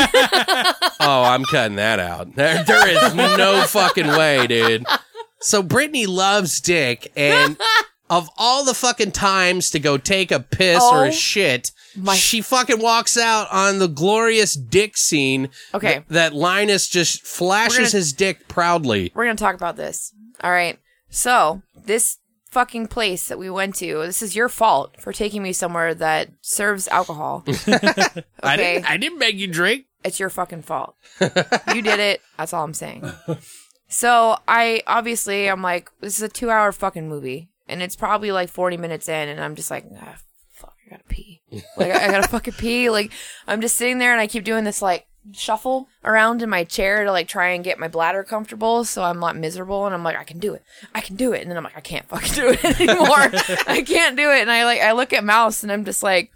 Oh, I'm cutting that out. [LAUGHS] There, there is no fucking way, dude. So Brittany loves dick, [LAUGHS] and of all the fucking times to go take a piss or a Oh. shit, My- she fucking walks out on the glorious dick scene. Okay. th- that Linus just flashes We're gonna- his dick proudly. We're gonna talk about this. All right. So this fucking place that we went to. This is your fault for taking me somewhere that serves alcohol. I Okay. didn't. I didn't make you drink. it's your [LAUGHS] fucking fault. you did it. That's all I'm saying. So I obviously I'm like, this is a two hour fucking movie, and it's probably like 40 minutes in, and I'm just like, ah, fuck, I gotta [LAUGHS] pee. Like I gotta fucking pee. Like I'm just sitting there, and I keep doing this like shuffle around in my chair to like try and get my bladder comfortable so I'm not miserable and I'm like I can do it I can do it and then I'm like I can't fucking do it [LAUGHS] anymore I can't do it and I like I look at mouse and I'm just like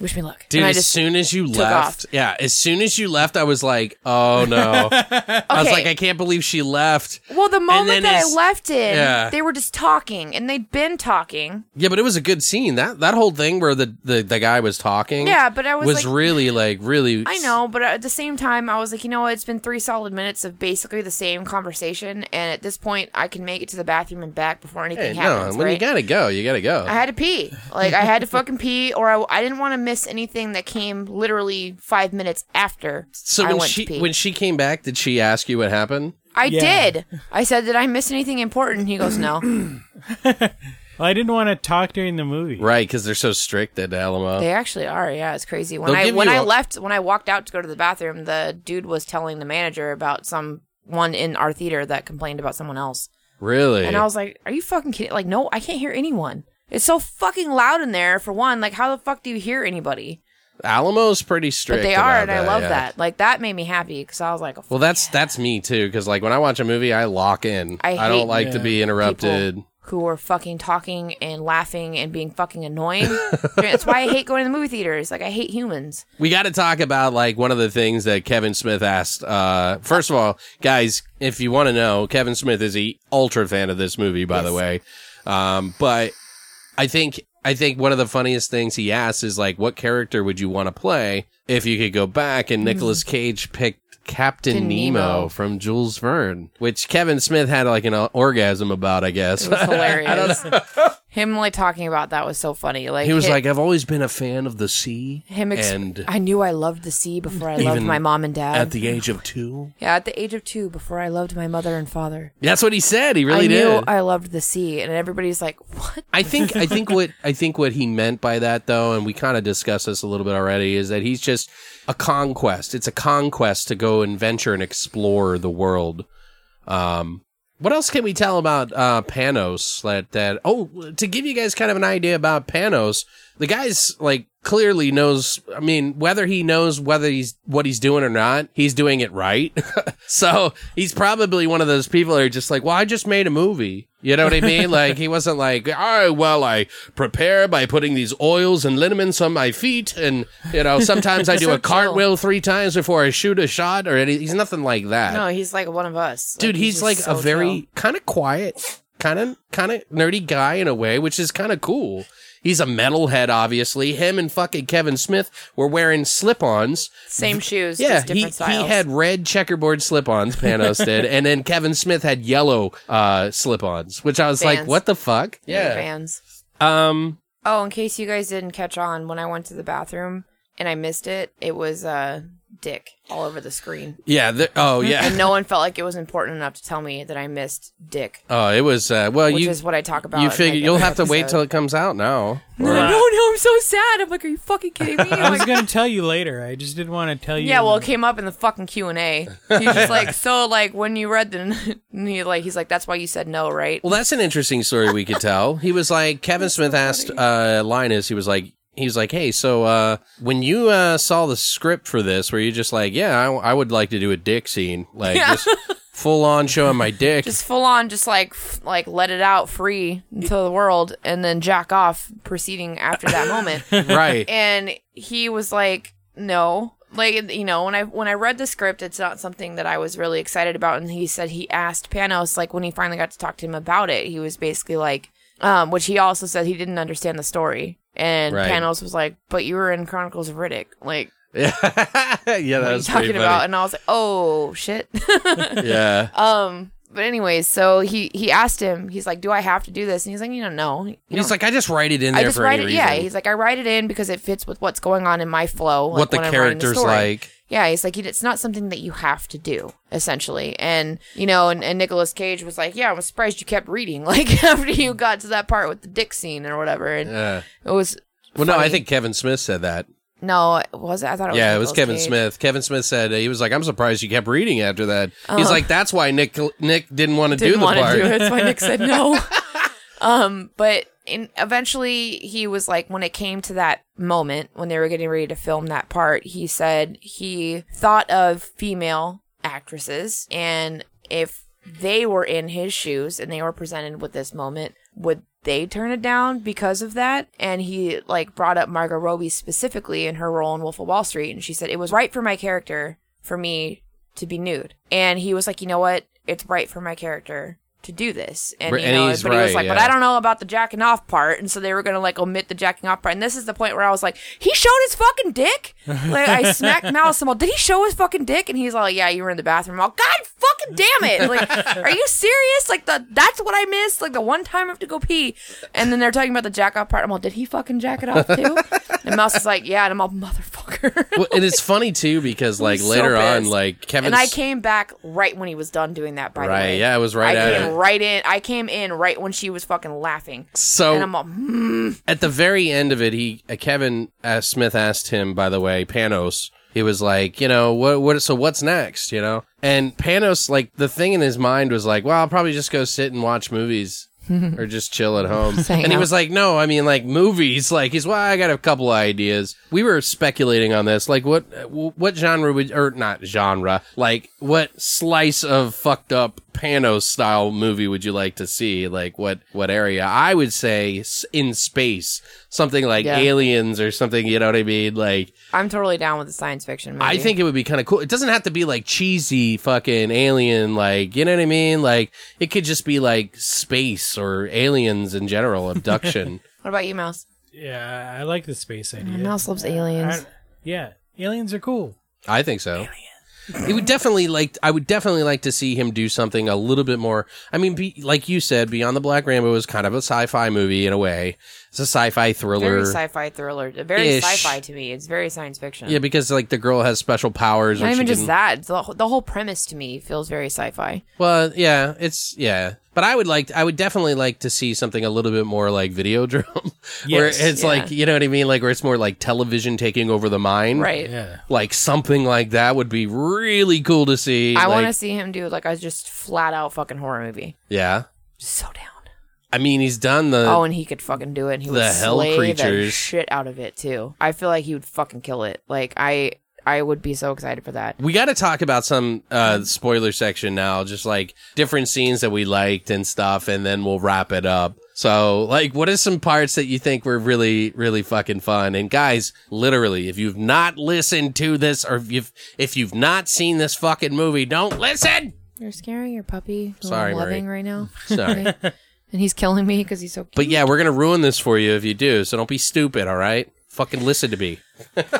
wish me luck Dude, and I as soon as you left, off. yeah, as soon as you left, I was like, oh no. I was [LAUGHS] Okay. like, I can't believe she left. Well, the then moment that I it's- left it, yeah. they were just talking, and they'd been talking. Yeah, but it was a good scene. That that whole thing where the the, the guy was talking. Yeah, but I was like- really like really. I know, but at the same time, I was like, you know what? It's been three solid minutes of basically the same conversation, and at this point, I can make it to the bathroom and back before Hey, anything no, happens. when you right? gotta go, you gotta go. I had to pee. Like I had to fucking pee, or I, I didn't want to miss anything that came literally five minutes after. so I when went she to pee. when she came back, did she ask you what happened? I Yeah. did. I said, "Did I miss anything important?" He goes, "No." Well, I didn't want to talk during the movie. Right, because they're so strict at Alamo. They actually are. Yeah, it's crazy. When Oh. They'll I give when you I a- left, when I walked out to go to the bathroom, the dude was telling the manager about some one in our theater that complained about someone else, really? and I was like, "Are you fucking kidding?" Like, no, I can't hear anyone. It's so fucking loud in there. For one, like, how the fuck do you hear anybody? Alamo's pretty strict. But they about are, and I love yeah. that. Like, that made me happy because I was like, Well, that's that's me too. Because like when I watch a movie, I lock in. I don't hate like to be interrupted. people who were fucking talking and laughing and being fucking annoying. [LAUGHS] That's why I hate going to the movie theaters. Like, I hate humans. We got to talk about like one of the things that Kevin Smith asked. Uh, first of all, guys, if you want to know, Kevin Smith is a ultra fan of this movie, by the way. Um, but I think I think one of the funniest things he asked is like, what character would you want to play if you could go back? And Nicolas Cage picked Captain Captain Nemo. Mm-hmm. Nemo. from Jules Verne, which Kevin Smith had like an orgasm about, [LAUGHS] I guess. It was hilarious. Him like talking about that was so funny. Like He was hi- like, I've always been a fan of the sea. him ex- and I knew I loved the sea before I loved Even my mom and dad. at the age of [LAUGHS] two. yeah, at the age of two, before I loved my mother and father. That's what he said. He really I did. knew I loved the sea, and everybody's like, "What?" I think I think what I think what he meant by that though, and we kind of discussed this a little bit already, is that he's just a conquest. It's a conquest to go and venture and explore the world. Um, what else can we tell about uh, Panos? That that oh, to give you guys kind of an idea about Panos, the guy's like clearly knows. I mean, whether he knows whether he's what he's doing or not, he's doing it right. [LAUGHS] so he's probably one of those people that are just like, well, I just made a movie. You know what I mean? like he wasn't like, all right, well, I prepare by putting these oils and liniments on my feet, and you know, sometimes I do a cartwheel three times before I shoot a shot or any. He's nothing like that No, he's like one of us, dude he's, just like so a very chill. kind of quiet kind of kind of nerdy guy in a way which is kind of cool he's a metalhead obviously him and fucking kevin smith were wearing slip-ons same shoes, yeah just he, different he styles. had red checkerboard slip-ons panos [LAUGHS] did and then kevin smith had yellow uh slip-ons which i was like Vans. what the fuck fans. um Oh, in case you guys didn't catch on, when I went to the bathroom, and I missed it, it was uh, dick all over the screen. Yeah. The, oh, And yeah. no one felt like it was important enough to tell me that I missed dick, Oh, it was. Uh, well, which you is what I talk about. you in, like, figure you'll every have to wait till episode. it comes out now. No, no, no, I'm so sad. I'm like, are you fucking [LAUGHS] kidding me? I I'm was like, gonna tell you later. I just didn't want to tell you. yeah, well, it came up in the fucking Q and A. He's just like, so like when you read the, [LAUGHS] and he like he's like, that's why you said no, right? Well, that's an interesting story we could tell. He was [LAUGHS] like Kevin Smith asked uh, Linus. He was like he was like, hey, so uh, when you uh, saw the script for this, were you just like, yeah, I, I would like to do a dick scene, like Yeah. just full on showing my dick? Just full on, just like f- like let it out free until the world, and then jack off, proceeding after that [LAUGHS] moment. [LAUGHS] [LAUGHS] right. and he was like no like you know when i when i read the script it's not something that i was really excited about and he said he asked panos like when he finally got to talk to him about it he was basically like um which he also said he didn't understand the story and Right. panos was like but you were in chronicles of riddick like yeah, what that are you was talking pretty about funny. and i was like oh shit [LAUGHS] [LAUGHS] Yeah. um but anyways so he he asked him he's like do i have to do this and he's like you know no you And he's don't- like, I just write it in there I just for write any it. reason. Yeah, he's like, I write it in because it fits with what's going on in my flow. Like what the when I'm writing character's story. like. Yeah, he's like, it's not something that you have to do, essentially. And you know, and, and Nicolas Cage was like, Yeah, I was surprised you kept reading, [LAUGHS] like after you got to that part with the dick scene or whatever. And Yeah. it was Well, no, I funny. think Kevin Smith said that. no, it was it? I thought it was yeah, it was Nicolas Kevin Cage. Smith. Kevin Smith said uh, he was like, "I'm surprised you kept reading after that." He's like, "That's why Nick Nick didn't want to do Oh. Didn't the want to part." do it. That's why Nick [LAUGHS] said no. um, but in, eventually he was like, when it came to that moment when they were getting ready to film that part, he said he thought of female actresses and if they were in his shoes and they were presented with this moment, would they turn it down because of that? And he like brought up Margot Robbie specifically in her role in Wolf of Wall Street, and she said it was right for my character for me to be nude. And he was like, you know what? It's right for my character to do this. And, Right, you and know, he's but he was right, like, but yeah. I don't know about the jacking off part. And so they were going to like omit the jacking off part. And this is the point where I was like, he showed his fucking dick. Like I [LAUGHS] smacked Malice. I'm all, did he show his fucking dick? And he's like, yeah, you were in the bathroom. I'm all, God fucking damn it. Like, are you serious? Like the, that's what I missed. Like the one time I have to go pee. And then they're talking about the jack off part. I'm all, did he fucking jack it off too? And Mouse is like, yeah. And I'm all, motherfucker. well, [LAUGHS] and it's funny too because like so later on, pissed. like Kevin, and I came back right when he was done doing that. By the Right, way, yeah, it was right I at came it. right in. I came in right when she was fucking laughing, and so I'm all, "Mm." at the very end of it, he uh, Kevin uh, Smith asked him, by the way, Panos. He was like, you know, what, what, so what's next, you know? And Panos, like, the thing in his mind was like, well, I'll probably just go sit and watch [LAUGHS] movies or just chill at home. Hang and he out. was like, no, I mean, like, movies. [LAUGHS] Like, he's, well, I got a couple of ideas. We were speculating on this. Like, what, what genre would, or not genre, like, what slice of fucked up Panos style movie would you like to see? Like, what, what area? I would say s- in space, something like Yeah. aliens or something, you know what I mean? Like, I'm totally down with the science fiction. Movie. I think it would be kind of cool. It doesn't have to be like cheesy fucking alien, like, you know what I mean? Like, it could just be like space or aliens in general, abduction. What about you, Mouse? yeah, I like the space idea. Mouse loves aliens. I- yeah, aliens are cool. I think so. It would definitely like I would definitely like to see him do something a little bit more. I mean, be, like you said, Beyond the Black Rainbow is kind of a sci-fi movie in a way. It's a sci-fi Very thriller. sci-fi thriller. Very Ish. sci-fi to me. It's very science fiction. yeah, because like the girl has special powers. Not or she even can- just that. The, wh- the whole premise to me feels very sci-fi. Well, yeah, it's yeah. But I would like I would definitely like to see something a little bit more like video [LAUGHS] drum. where Yes. it's Yeah. like you know what I mean? Like where it's more like television taking over the mind. Right. Yeah, Like something like that would be really cool to see. I like, want to see him do like a just flat out fucking horror movie. Yeah. So down. I mean he's done the oh, and he could fucking do it. And he would the hell slay the creatures. shit out of it too. I feel like he would fucking kill it. Like I, I would be so excited for that. We got to talk about some uh, spoiler section now, just like different scenes that we liked and stuff, and then we'll wrap it up. So, like, what are some parts that you think were really, really fucking fun? And guys, literally, if you've not listened to this, or if you've if you've not seen this fucking movie, don't listen. You're scaring your puppy. who Sorry, I'm loving Marie. right now, Sorry, and he's killing me because he's so. Cute. but yeah, we're gonna ruin this for you if you do. So don't be stupid. All right, fucking listen to me.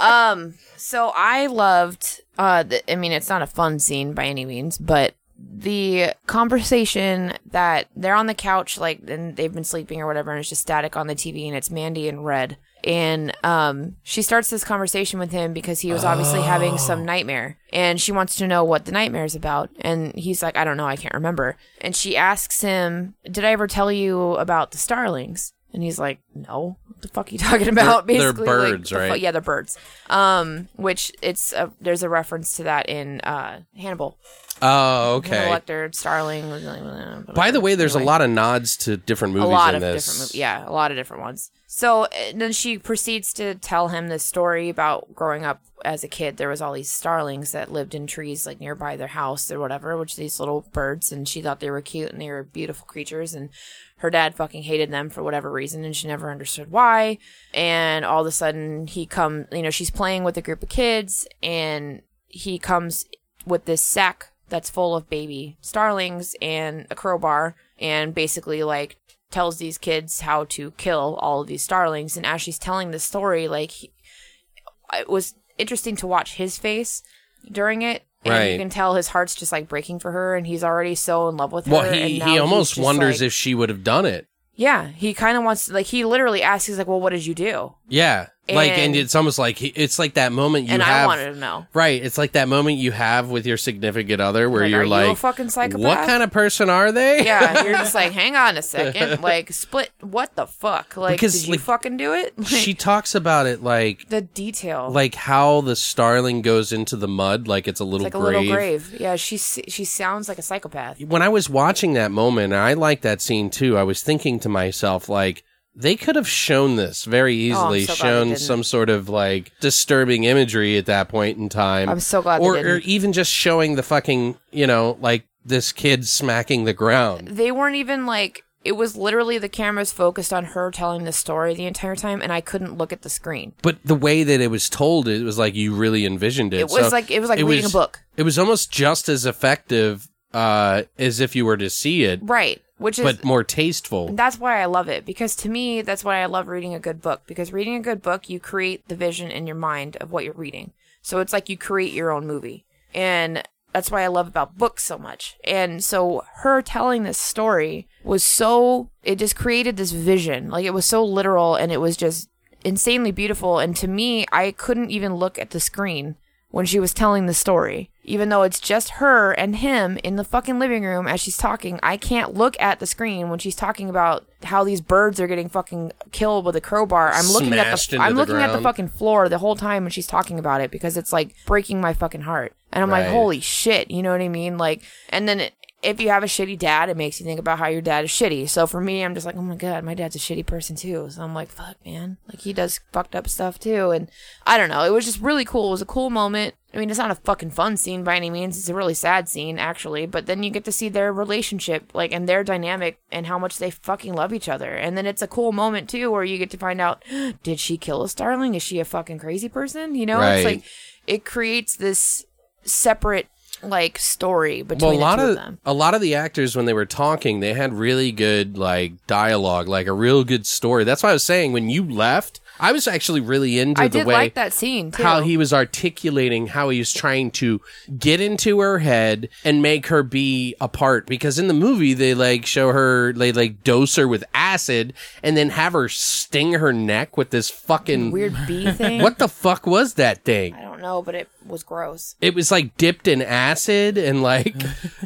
um so i loved uh the, i mean it's not a fun scene by any means but the conversation that they're on the couch like and they've been sleeping or whatever and it's just static on the tv and it's mandy and red and um, she starts this conversation with him because he was obviously having Oh. some nightmare, and she wants to know what the nightmare is about, and he's like, I don't know, I can't remember, and she asks him, Did I ever tell you about the starlings? And he's like, No, what the fuck are you talking about? They're- they're Basically, like, birds, the fu- right? yeah, they're birds. Um, which it's a, there's a reference to that in uh, Hannibal. Oh, Hannibal okay. Lecter, Starling. By the way, there's a lot of nods to different movies a lot in of this. different movies. Yeah, a lot of different ones. So and then she proceeds to tell him this story about growing up as a kid. There was all these starlings that lived in trees like nearby their house or whatever, which these little birds, and she thought they were cute and they were beautiful creatures. And her dad fucking hated them for whatever reason, and she never understood why. And all of a sudden, he come. You know, she's playing with a group of kids, and he comes with this sack that's full of baby starlings and a crowbar and basically like tells these kids how to kill all of these starlings and as she's telling the story like he, it was interesting to watch his face during it and Right. you can tell his heart's just like breaking for her and he's already so in love with her Well, he, and now he he's almost just, wonders like- if she would have done it. yeah he kind of wants like he literally asks he's like well what did you do Yeah. like, and And- it's almost like he, it's like that moment you and have. i wanted to know Right. It's like that moment you have with your significant other where Like, you're are you a like, fucking psychopath? what kind of person are they? yeah, [LAUGHS] you're just like, hang on [LAUGHS] a second, like split. What the fuck? Like, Because, did you like, fucking do it? [LAUGHS] Like, she talks about it like, [LAUGHS] the detail, like how the starling goes into the mud, like it's a little, it's like a grave. little grave. Yeah, she s- she sounds like a psychopath. When I was watching that moment, and I like that scene too, I was thinking to myself, like, they could have shown this very Oh, I'm easily, so glad they shown didn't. some sort of like disturbing imagery at that point in time. I'm so glad they or, or e didn't. even just showing the fucking, you know, like this kid smacking the ground. They weren't even like it was literally the cameras focused on her telling the story the entire time, and I couldn't look at the screen. But the way that it was told, it was like you really envisioned it. It was So like it was like reading was- a book, It was almost just as effective uh, as if you were to see it, right? Which is but more tasteful. that's why I love it because to me that's why I love reading a good book because reading a good book you create the vision in your mind of what you're reading. So it's like you create your own movie. And that's why I love about books so much. And so her telling this story was so it just created this vision. Like it was so literal and it was just insanely beautiful and to me I couldn't even look at the screen when she was telling the story. Even though it's just her and him in the fucking living room as she's talking, I can't look at the screen when she's talking about how these birds are getting fucking killed with a crowbar. I'm looking Smashed at the into I'm the looking at the ground. fucking floor the whole time when she's talking about it because it's like breaking my fucking heart. And I'm Right. like, holy shit, you know what I mean? Like, and then. if you have a shitty dad, it makes you think about how your dad is shitty. So for me, I'm just like, oh my god, my dad's a shitty person too. So I'm like, fuck, man, like he does fucked up stuff too. And I don't know, it was just really cool. It was a cool moment. I mean, it's not a fucking fun scene by any means. It's a really sad scene actually. But then you get to see their relationship, like, and their dynamic, and how much they fucking love each other. And then it's a cool moment too, where you get to find out, [GASPS] did she kill a starling? Is she a fucking crazy person? You know, Right. it's like it creates this separate like story between Well, a lot the of, two of, them. a lot of the actors when they were talking, they had really good like dialogue, like a real good story. That's why I was saying when you left, I was actually really into I the did way like that scene too. how he was articulating how he was trying to get into her head and make her be a part because in the movie they like show her they like dose her with acid and then have her sting her neck with this fucking weird [LAUGHS] bee thing. what the fuck was that thing I don't know, but it was gross. it was like dipped in acid and [LAUGHS] like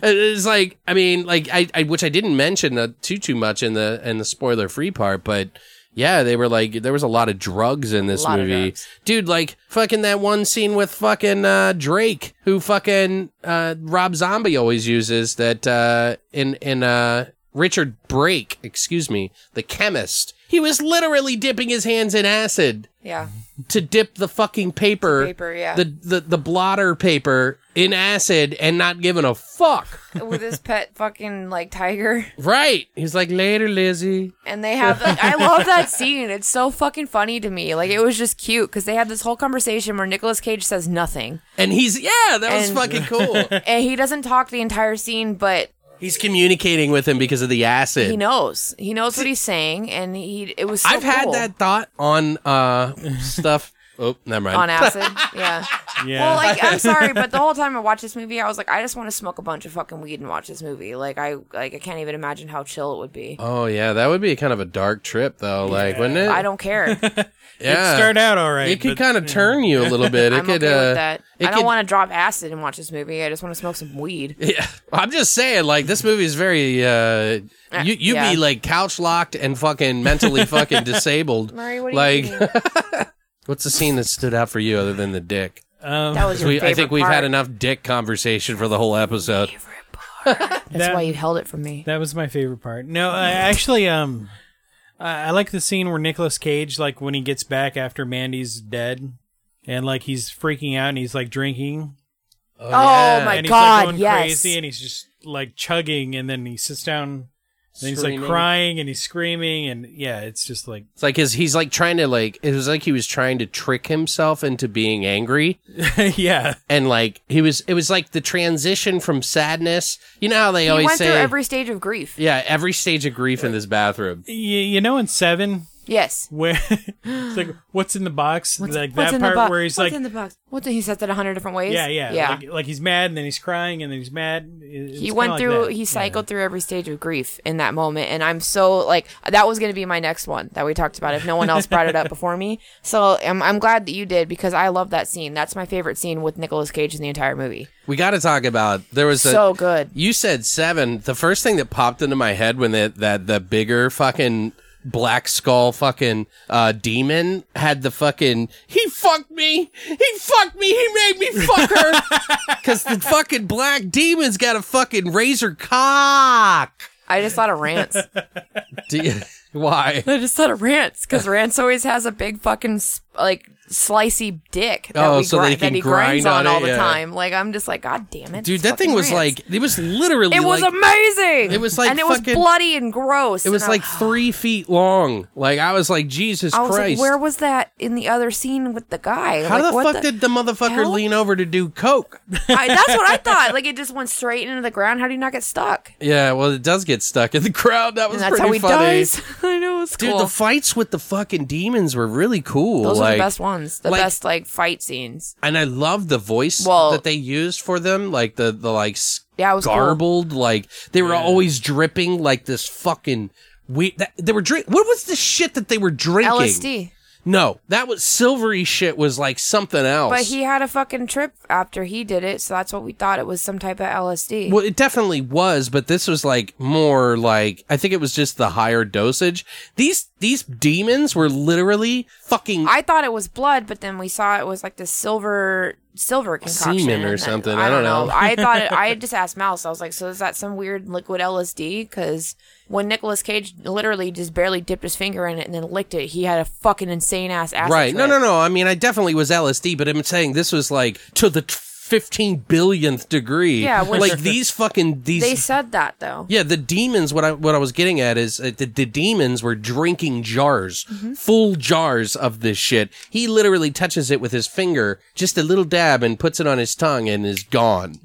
it's like I mean like I, I which I didn't mention uh, too too much in the in the spoiler free part, but yeah, they were like there was a lot of drugs in this Lot of movie, drugs. dude. Like fucking that one scene with fucking uh, Drake, who fucking uh, Rob Zombie always uses that uh, in in uh, Richard Brake, excuse me, the chemist. He was literally dipping his hands in acid [LAUGHS] Yeah, to dip the fucking paper, The paper, yeah. the, the the blotter paper in acid and not giving a fuck. with his pet fucking like tiger, Right? He's like, later, Lizzie. and they have. Like, I love that scene. It's so fucking funny to me. Like it was just cute because they had this whole conversation where Nicolas Cage says nothing And he's yeah, that was And- [LAUGHS] fucking cool. and he doesn't talk the entire scene, but he's communicating with him because of the acid. he knows. He knows what he's saying, and he. It was. So I've had [LAUGHS] cool. [LAUGHS] that thought on uh stuff. Oh, never mind. on acid. yeah. Yeah. Well, like I'm [LAUGHS] sorry, but the whole time I watched this movie, I was like, I just want to smoke a bunch of fucking weed and watch this movie. Like I like I can't even imagine how chill it would be. Oh yeah, that would be kind of a dark trip though, like wouldn't Oh, [LAUGHS] it? I don't care. yeah. It started out all right. it could but- kind of turn you a little [LAUGHS] bit. It I'm could okay uh, with that. it I don't could- want to drop acid and watch this movie. I just want to smoke some weed. Yeah, I'm just saying, like this movie is very. Uh, you you yeah. be like couch locked and fucking [LAUGHS] mentally fucking disabled. Murray, what do you like, mean? [LAUGHS] what's the scene that stood out for you other than the dick? Um, That was your We, favorite I think we've part. had enough dick conversation for the whole episode. That's That- why you held it from me. That was my favorite part. No, I actually, um, I, I like the scene where Nicolas Cage, like when he gets back after Mandy's dead, and like he's freaking out and he's like drinking, Oh, my and he's God, like going yes. crazy, and he's just like chugging, and then he sits down, and he's like Screaming. crying and he's screaming, and yeah, it's just like [LAUGHS] It's like his, he's like trying to like it was like he was trying to trick himself into being angry. yeah, And like he was it was like the transition from sadness. You know how they He always went say through every stage of grief. Yeah, every stage of grief in this bathroom. you, you know, in Seven. Yes. Where [LAUGHS] it's like, what's in the box? like that in the part box? where he's what's like, in the box? What did he said that a hundred different ways? yeah, yeah, yeah. Like, like he's mad and then he's crying and then he's mad. It- he it's went kinda like through. that. He Yeah. cycled through every stage of grief in that moment, and I'm so like that was going to be my next one that we talked about. If no one else brought [LAUGHS] it up before me, so I'm, I'm glad that you did because I love that scene. That's my favorite scene with Nicolas Cage in the entire movie. We got to talk about there was a, so good. You said seven. The first thing that popped into my head when that that the bigger fucking black skull fucking uh, demon had the fucking he fucked me, he fucked me, he made me fuck her, because the fucking black demon's got a fucking razor cock. I just thought of Rance. Do you- [LAUGHS] why? [LAUGHS] I just thought of Rance because Rance always has a big fucking s- like slicey dick that, Oh, we so gri- that he can that he grind grinds on on, it, all the yeah. time. Like I'm just like, God damn it, Dude, it's that thing fucking was Rance." like it was literally It was like, amazing. It was like and it was fucking- bloody and gross. it was and I- [SIGHS] like three feet long. Like I was like Jesus I was like, Christ. where was that in the other scene with the guy? how Like, the what fuck did the motherfucker hell? lean over to do coke? [LAUGHS] I, that's what I thought. Like it just went straight into the ground. How do you not get stuck? Yeah, well, it does get stuck in the [LAUGHS] crowd. That was And that's pretty how he funny. dies. [LAUGHS] I know it's Dude, cool. the fights with the fucking demons were really cool. Those are like, the best ones. The like- best like fight scenes. And I love the voice Well- that they used for them, like the the like s- Yeah, it was cool. garbled, like they were always dripping like this fucking. We that, they were drink. What was the shit that they were drinking? LSD. No, that was silvery shit. Was like something else. But he had a fucking trip after he did it, so that's what we thought it was some type of LSD. Well, it definitely was, but this was like more like I think it was just the higher dosage. These these demons were literally fucking I thought it was blood, but then we saw it was like this silver silver concoction Semen and or then- something, I, I don't don't know. know. I thought [LAUGHS] it, I just asked Mouse. I was like, "So is that some weird liquid LSD?" Because when Nicolas Cage literally just barely dipped his finger in it and then licked it, he had a fucking insane ass acid. Right. No, trip. no, no. I mean, I definitely was LSD, but I'm saying this was like to the t- 15 billionth degree. Yeah, when- Like these fucking, these. They said that though. yeah, the demons. What I what I was getting at is uh, the, the demons were drinking jars, full jars of this shit. He literally touches it with his finger, just a little dab, and puts it on his tongue, and is gone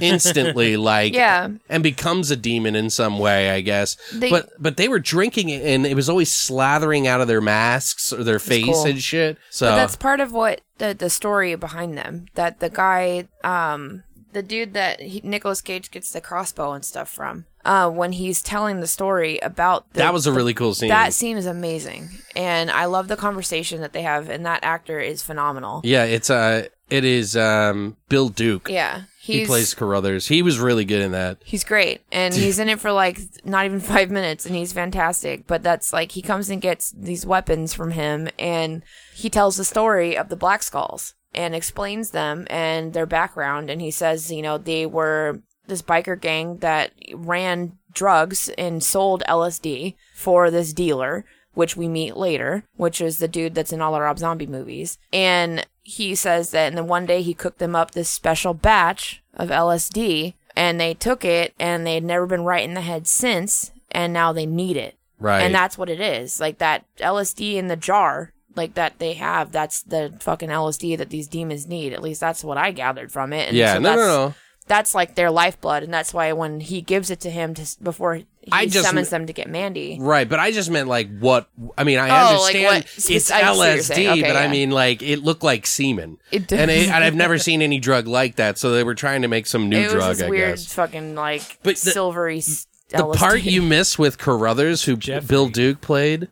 instantly. like, Yeah. and becomes a demon in some way, I guess. They- but but they were drinking it, and it was always slathering out of their masks or their face cool. and shit. So But that's part of what the the story behind them. That the guy, um, the dude that he, Nicolas Cage gets the crossbow and stuff from, uh, when he's telling the story about the, that was a really cool scene. that scene is amazing, and I love the conversation that they have, and that actor is phenomenal. yeah, it's uh it is um Bill Duke. Yeah, he's, He plays Carruthers. He was really good in that. He's great, and he's in it for like not even five minutes, and he's fantastic. But that's like he comes and gets these weapons from him, and he tells the story of the Black Skulls and explains them and their background. And he says, you know, they were this biker gang that ran drugs and sold LSD for this dealer, which we meet later, which is the dude that's in all the Rob Zombie movies. And he says that, and then one day he cooked them up this special batch of LSD, and they took it, and they'd never been right in the head since, and now they need it. Right. And that's what it is. Like that LSD in the jar, like that they have, that's the fucking LSD that these demons need. At least that's what I gathered from it. And yeah, no, so no, that's- no. that's like their lifeblood, and that's why when he gives it to him to s- before he I just- summons them to get Mandy, Right, but I just meant like what I mean. I Oh, like understand what- it's I see what you're LSD, saying. Okay, but I yeah. mean like it looked like semen, [LAUGHS] It and, does. it, and I've [LAUGHS] never seen any drug like that. So they were trying to make some new it was drug, this I weird guess. fucking like But the- silvery. s- The LSD. part you miss with Carruthers, who Jeffrey. Bill Duke played,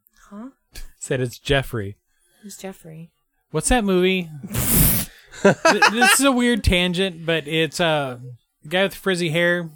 Said it's Jeffrey. Who's Jeffrey? What's that movie? Th- this is a weird tangent, but it's uh, the guy with frizzy hair.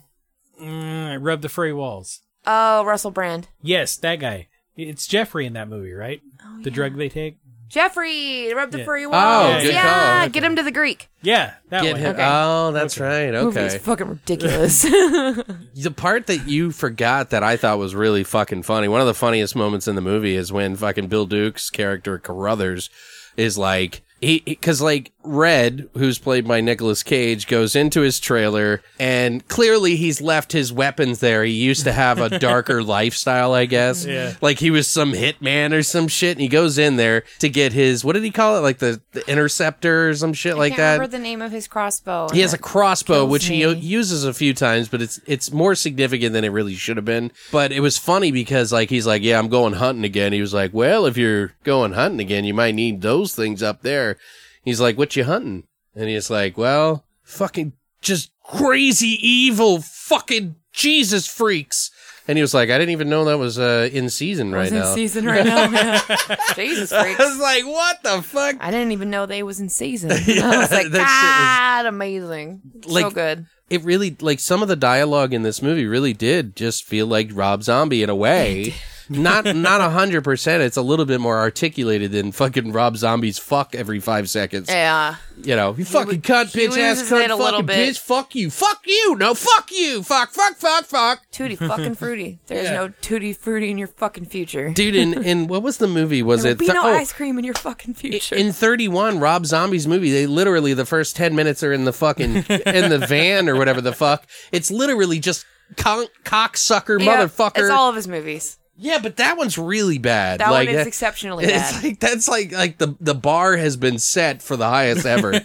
Mm, rub the furry walls. Oh, Russell Brand. Yes, that guy. It's Jeffrey in that movie, right? the drug they take. Jeffrey, rub the furry Oh, walls. good yeah, call, okay. get him to the Greek. Yeah, that Get one. him- Oh, that's right. Movie is Okay. [LAUGHS] fucking ridiculous. The part that you forgot that I thought was really fucking funny. One of the funniest moments in the movie is when fucking Bill Duke's character Carruthers is like he because like Red, who's played by Nicolas Cage, goes into his trailer and clearly he's left his weapons there. He used to have a darker lifestyle, I guess. Yeah. Like he was some hitman or some shit, and he goes in there to get his what did he call it? Like the, the interceptor or some shit like Can't that. remember the name of his crossbow. He has a crossbow, kills which he u- me. uses a few times, but it's it's more significant than it really should have been. But it was funny because like he's like, "Yeah, I'm going hunting again." He was like, "Well, if you're going hunting again, you might need those things up there." He's like, "What you hunting?" And he's like, "Well, fucking just crazy evil fucking Jesus freaks." And he was like, "I didn't even know that was uh, in season [LAUGHS] right now." [LAUGHS] season right now, man. [LAUGHS] Jesus I freaks. was like, "What the fuck?" I didn't even know they was [LAUGHS] in season. Yeah, I was like, that shit was- God, amazing. so Like- good. it really like some of the dialogue in this movie really did just feel like Rob Zombie in a way. not not a hundred percent. It's a little bit more articulated than fucking Rob Zombie's fuck every five seconds. Yeah. You know, you fucking cunt, he bitch ass loses cunt, it a little fucking bit. bitch, fuck you, fuck you, no, fuck you, fuck, fuck, fuck, fuck. [LAUGHS] Tutti fucking fruity. There's Yeah. no tutti fruity in your fucking future. Dude, in, in what was the movie? Was [LAUGHS] there will it be th- no oh, ice cream in your fucking future. in 31 rob zombie's movie they literally the first 10 minutes are in the fucking in [LAUGHS] the van or whatever the fuck it's literally just con- cocksucker Yeah, motherfucker It's all of his movies. yeah but that one's really bad That like one is that- exceptionally it's bad. like that's like like the the bar has been set for the highest [LAUGHS] ever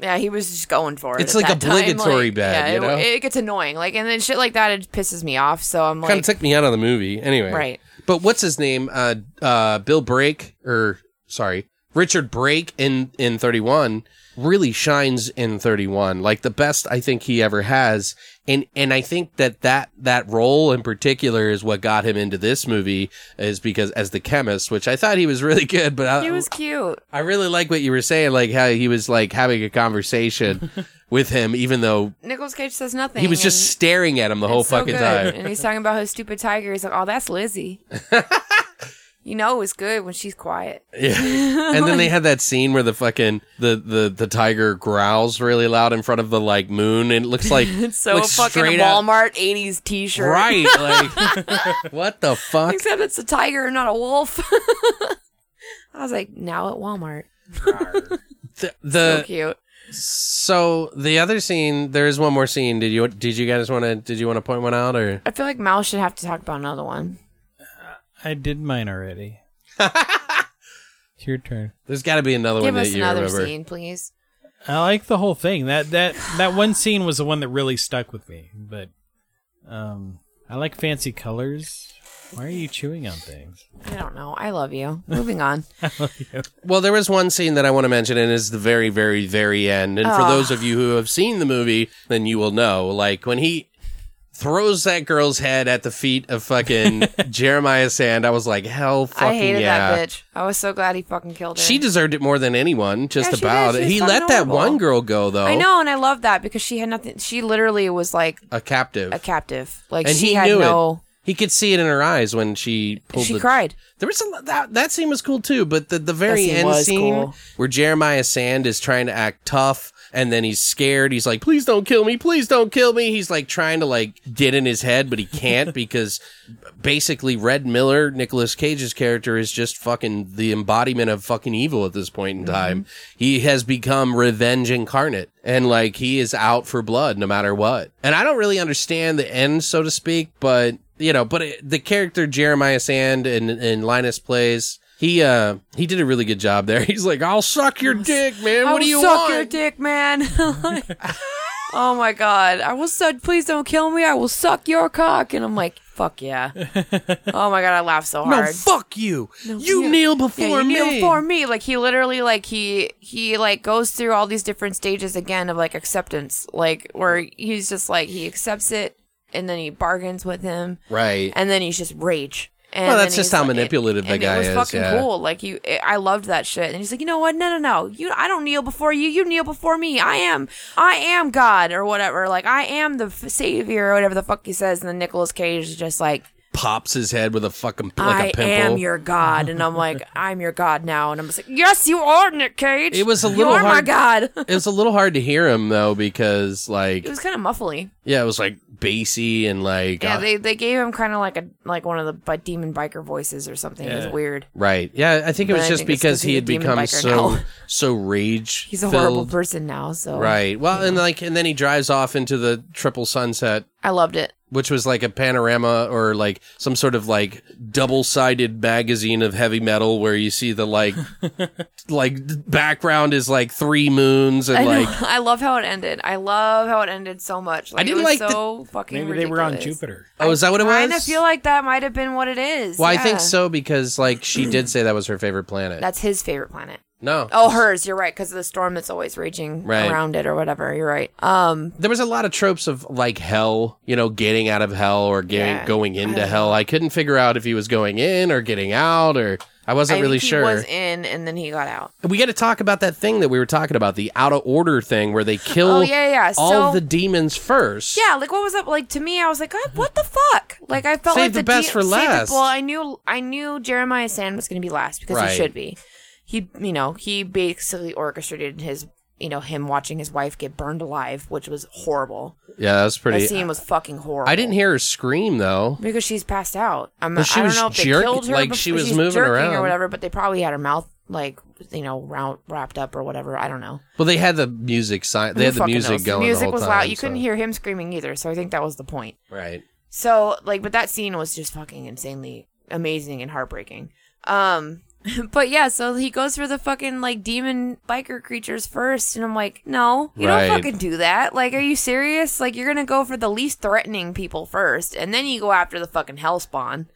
yeah, he was just going for it. It's at like that time. Like, obligatory bad, Yeah, you it- know? it, gets annoying. Like, and then shit like that, it pisses me off. So I'm kind like, of took me out of the movie anyway Right. but what's his name uh uh bill brake or sorry richard brake in in 31 really shines in 31 like the best i think he ever has and and i think that that that role in particular is what got him into this movie is because as the chemist which i thought he was really good but I, he was cute. I really like what you were saying like how he was like having a [LAUGHS] conversation with him even though Nicolas Cage says nothing. he was and- just staring at him the whole It's so fucking good. time [LAUGHS] And he's talking about his stupid tiger. He's like, "Oh, that's Lizzie." you know, it's good when she's quiet. Yeah. and then they had that scene where the fucking the, the the tiger growls really loud in front of the like moon and it looks like [LAUGHS] It's so looks fucking straight out- Walmart '80s T-shirt, right like [LAUGHS] what the fuck Except it's a tiger, and not a wolf. [LAUGHS] I was like, now at Walmart. the, So the cute. so the other scene there is one more scene did you did you guys want to did you want to point one out or I feel like Mal should have to talk about another one. I did [LAUGHS] mine already. it's your turn. there's got to be another Give one us that you another remember scene, please. I like the whole thing. That that that one scene was the one that really stuck with me. But um, I like fancy colors. Why are you chewing on things? I don't know. I love you. [LAUGHS] Moving on. Well, there was one scene that I want to mention, and it's the very, very, very end. And for Aw. those of you who have seen the movie, then you will know. Like when he throws that girl's head at the feet of [LAUGHS] fucking Jeremiah Sand, I was like, hell fucking I hated yeah. that bitch. I was so glad he fucking killed her. She deserved it more than anyone, just Yeah, she about. did. She was He fucking let that horrible. one girl go though, I know, and I love that because she had nothing. She literally was like a captive, a captive. Like and she he had knew no. it. He could see it in her eyes when she pulled. She the, cried. There was a lo- that that scene was cool too, but the the very scene end was scene cool. where Jeremiah Sand is trying to act tough and then he's scared. He's like, "Please don't kill me! Please don't kill me!" He's like trying to like get in his head, but he can't because basically Red Miller, Nicolas Cage's character, is just fucking the embodiment of fucking evil at this point in time. He has become revenge incarnate and like he is out for blood no matter what. And I don't really understand the end, so to speak, but you know, but it, the character Jeremiah Sand and, and Linus plays. He uh he did a really good [LAUGHS] job there. He's like, I'll suck your dick, man. I What do will you suck want? your dick, man. [LAUGHS] oh my god, I will suck. Please don't kill me. I will suck your cock. And I'm like, [LAUGHS] fuck yeah. oh my god, I laughed so hard. No, fuck you. you, you- kneel Yeah, before you me. kneel before me. Like he literally, like he he like goes through all these different stages again of like acceptance, like where he's just like he accepts it, and then he bargains with him, Right. and then he's just rage. And Well, then that's just he's how like- it- manipulative the and guy it was is, Fucking yeah. cool. Like you, it, I loved that shit. And he's like, you know what? No, no, no. You, I don't kneel before you. You kneel before me. I am, I am God or whatever. Like I am the f- savior or whatever the fuck he says. And then Nicolas Cage is just like, Pops his head with a fucking like I a pimple. am your God. And I'm like, [LAUGHS] I'm your God now. And I'm just like, yes, you are, Nick Cage. It was a little You're my hard- God. [LAUGHS] it was a little hard to hear him though because like It was kind of muffly. yeah, it was like bassy and like Yeah, uh, they, they gave him kind of like a like one of the bi- demon biker voices or something. It was Yeah. weird. right. Yeah, I think it But was I just think it's because 'cause he he's a had demon become biker so now. [LAUGHS] so rage. He's a horrible filled. person now. So Right. Well, and like and then he drives off into the triple sunset I loved it. which was like a panorama or like some sort of like double-sided magazine of heavy metal where you see the like like background is like three moons and I know. like [LAUGHS] I love how it ended. I love how it ended so much. Like, I didn't it was like so fucking. Maybe they were on ridiculous. Jupiter. oh is that what it was? I kind of feel like that might have been what it is. well, I Yeah. think so because like she did say that was her favorite planet. That's his favorite planet. no. Oh, hers. You're right, because of the storm that's always raging Right. around it or whatever. You're right. Um, There was a lot of tropes of like hell, you know, getting out of hell or getting Yeah. going into hell. I couldn't figure out if he was going in or getting out or I wasn't I really think he sure. was in, and then he got out. we got to talk about that thing that we were talking about, the out of order thing where they kill Oh, yeah, yeah. all So- the demons first. Yeah, like what was up? Like to me, I was like, God, what the fuck? Like I felt Save like the best for saved last. well, I knew, I knew Jeremiah Sand was going to be last because Right. he should be. He, you know, he basically orchestrated his, you know, him watching his wife get burned alive, which was horrible. Yeah, that was That pretty. scene was fucking horrible. I didn't hear her scream though. because she's passed out. I'm, But she I don't was know if they jerk- killed her. like, bef- she was she's moving jerking around. or whatever, but they probably had her mouth like you know round, wrapped up or whatever. I don't know. Well, they had the music sign. They Who had the fucking music knows? going. The music the whole was time, loud. You so- couldn't hear him screaming either. So I think that was the point. Right. So like, but that scene was just fucking insanely amazing and heartbreaking. Um, [LAUGHS] but yeah, so he goes for the fucking like demon biker creatures first, and I'm like, no, you Right. don't fucking do that. Like, are you serious? Like, you're gonna go for the least threatening people first, and then you go after the fucking hell spawn.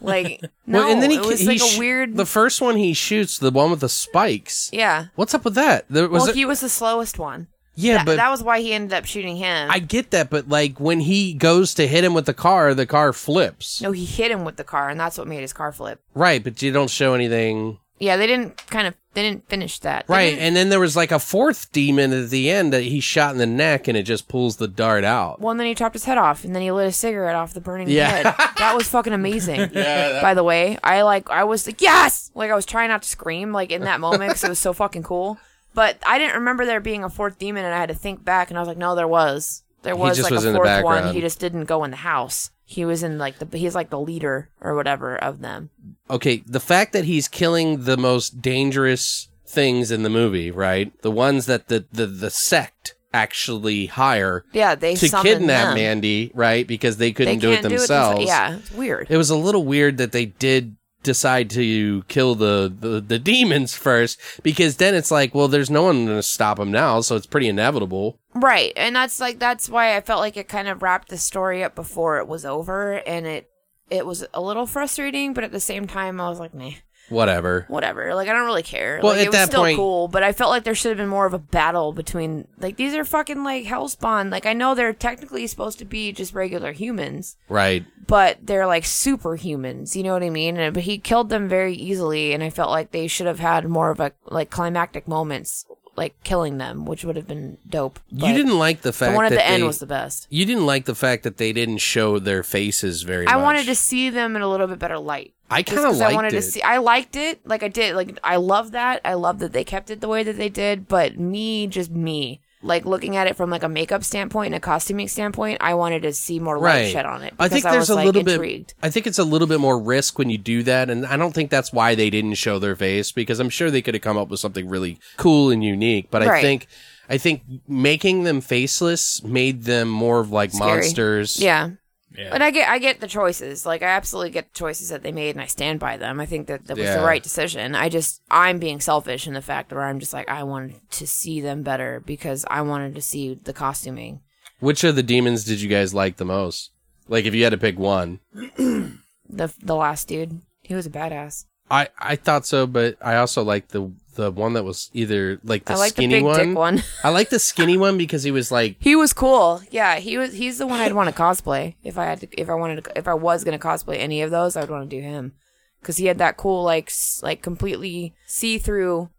Like, [LAUGHS] no, well, and then he, it was he like sh- a weird, The first one he shoots, the one with the spikes. yeah. What's up with that? There was Well, a- he was the slowest one. yeah, That, but that was why he ended up shooting him. I get that. But like when he goes to hit him with the car, the car flips. no, he hit him with the car, and that's what made his car flip. Right, but you don't show anything. Yeah, they didn't kind of they didn't finish that. They Right, didn't- and then there was like a fourth demon at the end that he shot in the neck, and it just pulls the dart out. Well, and then he chopped his head off, and then he lit a cigarette off the burning Yeah. head. That was [LAUGHS] fucking amazing. By the way, I like I was like yes, like I was trying not to scream like in that moment because it was so fucking cool. But I didn't remember there being a fourth demon, and I had to think back, and I was like, no, there was. There was just like was a in the fourth background. one. He just didn't go in the house. He was in like the he's like the leader or whatever of them. okay, the fact that he's killing the most dangerous things in the movie, right? The ones that the the, the sect actually hire Yeah, they to summoned kidnap them. Mandy, right? Because they They couldn't can't do it themselves. yeah, it's weird. It was a little weird that they did decide to kill the, the, the demons first because then it's like, well, there's no one to stop him now, so it's pretty inevitable. Right. And that's like that's why I felt like it kind of wrapped the story up before it was over and it it was a little frustrating, but at the same time I was like, nah, Whatever. whatever. Like I don't really care. Well, like at it was that still point- cool, but I felt like there should have been more of a battle between like these are fucking like hellspawn. Like I know they're technically supposed to be just regular humans, Right. but they're like superhumans, you know what I mean? And, but he killed them very easily and I felt like they should have had more of a like climactic moments like killing them, which would have been dope. you but- didn't like the fact the one at that the end they- was the best. you didn't like the fact that they didn't show their faces very I much. wanted to see them in a little bit better light. I Just kind of 'cause liked I wanted it. to see. I liked it. Like I did. Like I love that. I love that they kept it the way that they did. But me, just me, like looking at it from like a makeup standpoint and a costuming standpoint, I wanted to see more light shed on it. I because think there's was, a like, little intrigued. bit. I think it's a little bit more risk when you do that, and I don't think that's why they didn't show their face because I'm sure they could have come up with something really cool and unique. But I Right. think, I think making them faceless made them more of like Scary. monsters. Yeah, Yeah. But I get I get the choices. Like I absolutely get the choices that they made, and I stand by them. I think that that was Yeah. the right decision. I just I'm being selfish in the fact where I'm just like I wanted to see them better because I wanted to see the costuming. Which of the demons did you guys like the most? Like, if you had to pick one, The the last dude, he was a badass. I I thought so, but I also liked the the one that was either like the I like the skinny big one. dick one. [LAUGHS] I like the skinny one because he was like He was cool. Yeah, he was. He's the one I'd want to cosplay if I had to. If I wanted to. If I was gonna cosplay any of those, I would want to do him because he had that cool like s- like completely see through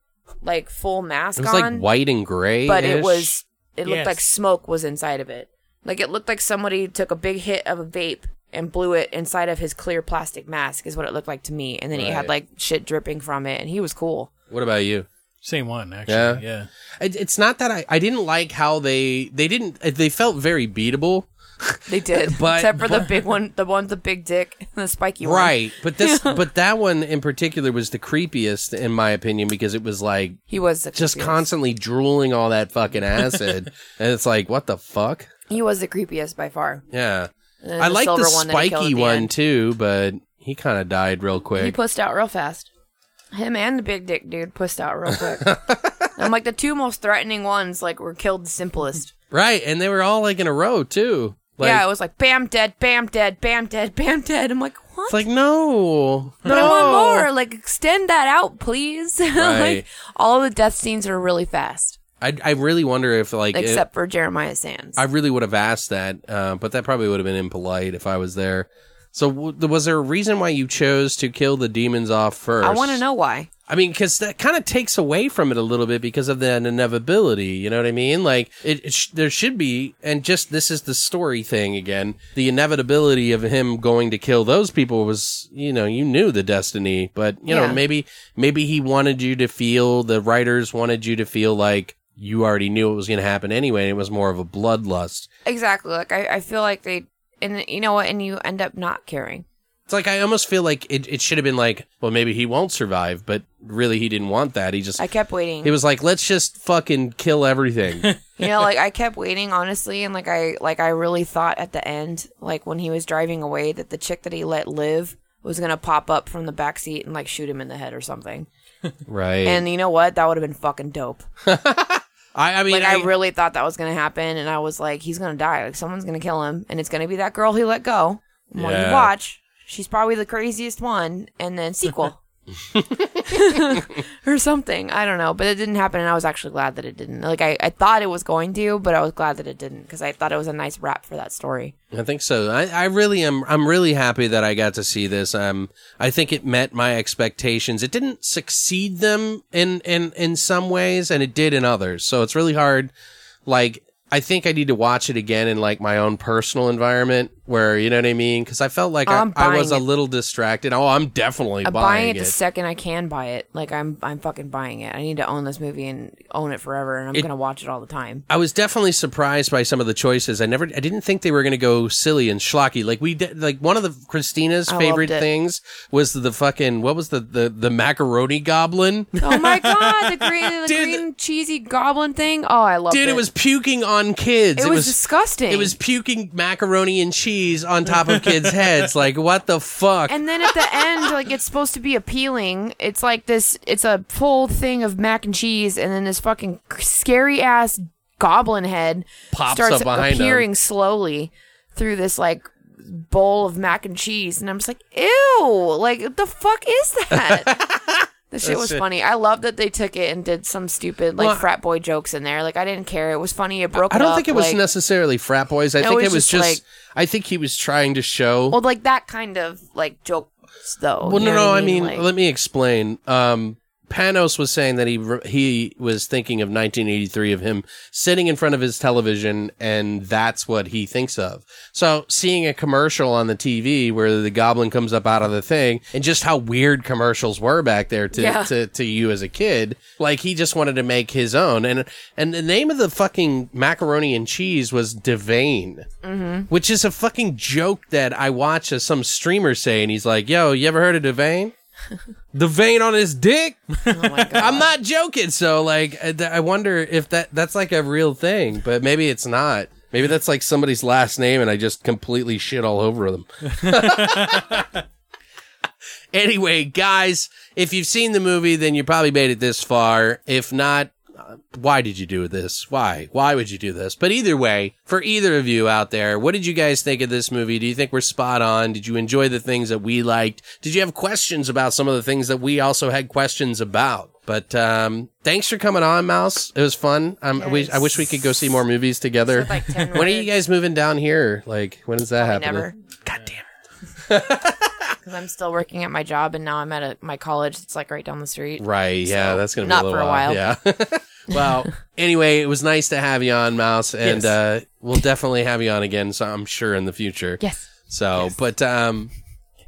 like full mask it was on. like white and gray, but it was it looked Yes. like smoke was inside of it. Like it looked like somebody took a big hit of a vape and blew it inside of his clear plastic mask is what it looked like to me. And then he had Right. like shit dripping from it and he was cool. What about you? Same one, actually. Yeah. Yeah. It, it's not that I I didn't like how they they didn't they felt very beatable. They did. [LAUGHS] But- Except for the big one the one with the big dick [LAUGHS] and the spiky one. Right, but [LAUGHS] this, but that one in particular was the creepiest, in my opinion, because it was like He was the just creepiest. constantly drooling all that [LAUGHS] fucking acid, and it's like, what the fuck? He was the creepiest by far. Yeah, And then I like the silver one that he killed at spiky the one end. too, but he kind of died real He quick. pushed out real fast. Him and the big dick dude pushed out [LAUGHS] real quick. I'm like the two most threatening ones like were killed the simplest. right, and they were all like in a row too. Like, yeah, it was like bam dead, bam dead, bam dead, bam dead. I'm like, what? it's like no, but I want more. Like extend that out, please. [LAUGHS] Right. like all the death scenes are really fast, I I really wonder if like it- except for Jeremiah Sands. I really would have asked that, uh, but that probably would have been impolite if I was there. So w- was there a reason why you chose to kill the demons off first? I want to know why. I mean, because that kind of takes away from it a little bit because of the inevitability. You know what I mean? Like, it, it sh- there should be, and just this is the story thing again. The inevitability of him going to kill those people was, you know, you knew the destiny, but you know, Yeah. maybe, maybe he wanted you to feel the writers wanted you to feel like you already knew it was going to happen anyway. And it was more of a bloodlust. Exactly. Like I, I feel like they, and you know what, and you end up not caring. It's like I almost feel like it, it should have been like, well, maybe he won't survive, but really he didn't want that. He just I kept waiting. he was like, let's just fucking kill everything. you know like i kept waiting honestly and like i like i really thought at the end like when he was driving away that the chick that he let live was gonna pop up from the back seat and like shoot him in the head or something right. and you know what that would have been fucking dope I, I mean, like i I- really thought that was gonna happen and i was like he's gonna die like someone's gonna kill him and it's gonna be that girl he let go and when Yeah. you watch she's probably the craziest one and [LAUGHS] then sequel [LAUGHS] or something i don't know but it didn't happen and i was actually glad that it didn't like i, I thought it was going to but i was glad that it didn't because i thought it was a nice wrap for that story I think so. I, I really am. I'm really happy that I got to see this. Um, I think it met my expectations. It didn't succeed them in in in some ways, and it did in others. So it's really hard. Like I think I need to watch it again in like my own personal environment, where you know what I mean, because I felt like I, Oh, I'm I was a buying it. little distracted. Oh, I'm definitely i'm buying, buying Uh, it it. the second i can buy it like i'm i'm fucking buying it i need to own this movie and own it forever and i'm gonna watch it all the time I was definitely surprised by some of the choices. I never, I didn't think they were going to go silly and schlocky. Like we did, like one of the Christina's I loved favorite it. things was the fucking what was the the the macaroni goblin. [LAUGHS] Oh my god, the green, the Dude, green cheesy goblin thing. Oh, I love it. Dude, it was puking on kids. It, was, disgusting. It was puking macaroni and cheese on top of [LAUGHS] kids' heads. Like what the fuck? And then at the end, like it's supposed to be appealing. It's like this. It's a full thing of mac and cheese, and then this fucking scary ass goblin head Pops starts up behind him. appearing slowly through this like bowl of mac and cheese, and I'm just like, ew! Like what the fuck is [LAUGHS] that? The shit was shit- funny. I love that they took it and did some stupid like Well, frat boy jokes in there. Like I didn't care. It was funny. It broke. I don't up, think it was like- necessarily frat boys. I No, think it it was was just. just like- I think he was trying to show. Well, like that kind of like jokes, though. Well, you no, know no. what I mean, Like- let me explain. Um, Panos was saying that he re- he was thinking of 1983 of him sitting in front of his television, and that's what he thinks of. So, seeing a commercial on the TV where the goblin comes up out of the thing, and just how weird commercials were back there to Yeah. to, to you as a kid, like he just wanted to make his own. And and the name of the fucking macaroni and cheese was Devane which is a fucking joke that I watch as some streamer say, and he's like, "Yo, you ever heard of Devane? the vein on his dick? [LAUGHS] oh my [LAUGHS] god. I'm not joking." So, like, I I wonder if that that's like a real thing, but maybe it's not. Maybe that's like somebody's last name and I just completely shit all over them. anyway, guys, if you've seen the movie, then you probably made it this far. If not, uh, why did you do this? Why? Why would you do this? But either way, for either of you out there, what did you guys think of this movie? Do you think we're spot on? Did you enjoy the things that we liked? Did you have questions about some of the things that we also had questions about? But um, thanks for coming on, Mouse. It was fun. Um, I, wish, I wish we could go see more movies together. Like 10 [LAUGHS] when are you guys moving down here? Like, when is that Probably happening? never. God damn it. [LAUGHS] Because I'm still working at my job, and now I'm at a, my college. It's like right down the street. Right. yeah, that's going to be not a little for a while. while. [LAUGHS] Yeah. [LAUGHS] well, anyway, it was nice to have you on, Mouse, and Yes. uh, we'll definitely have you on again. So I'm sure in the future. Yes. So, but um,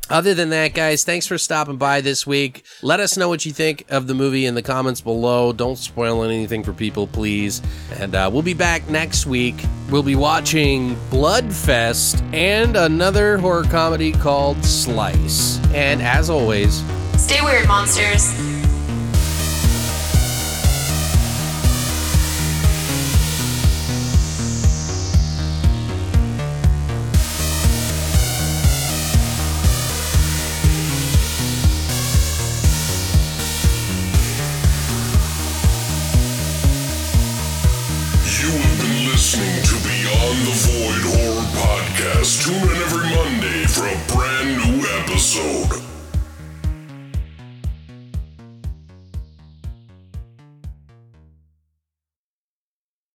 other than that, guys, thanks for stopping by this week. Let us know what you think of the movie in the comments below. Don't spoil anything for people, please. And uh, we'll be back next week. We'll be watching Bloodfest and another horror comedy called Slice. And as always, Stay weird, monsters. You have been listening to Beyond the Void Horror Podcast. Tune in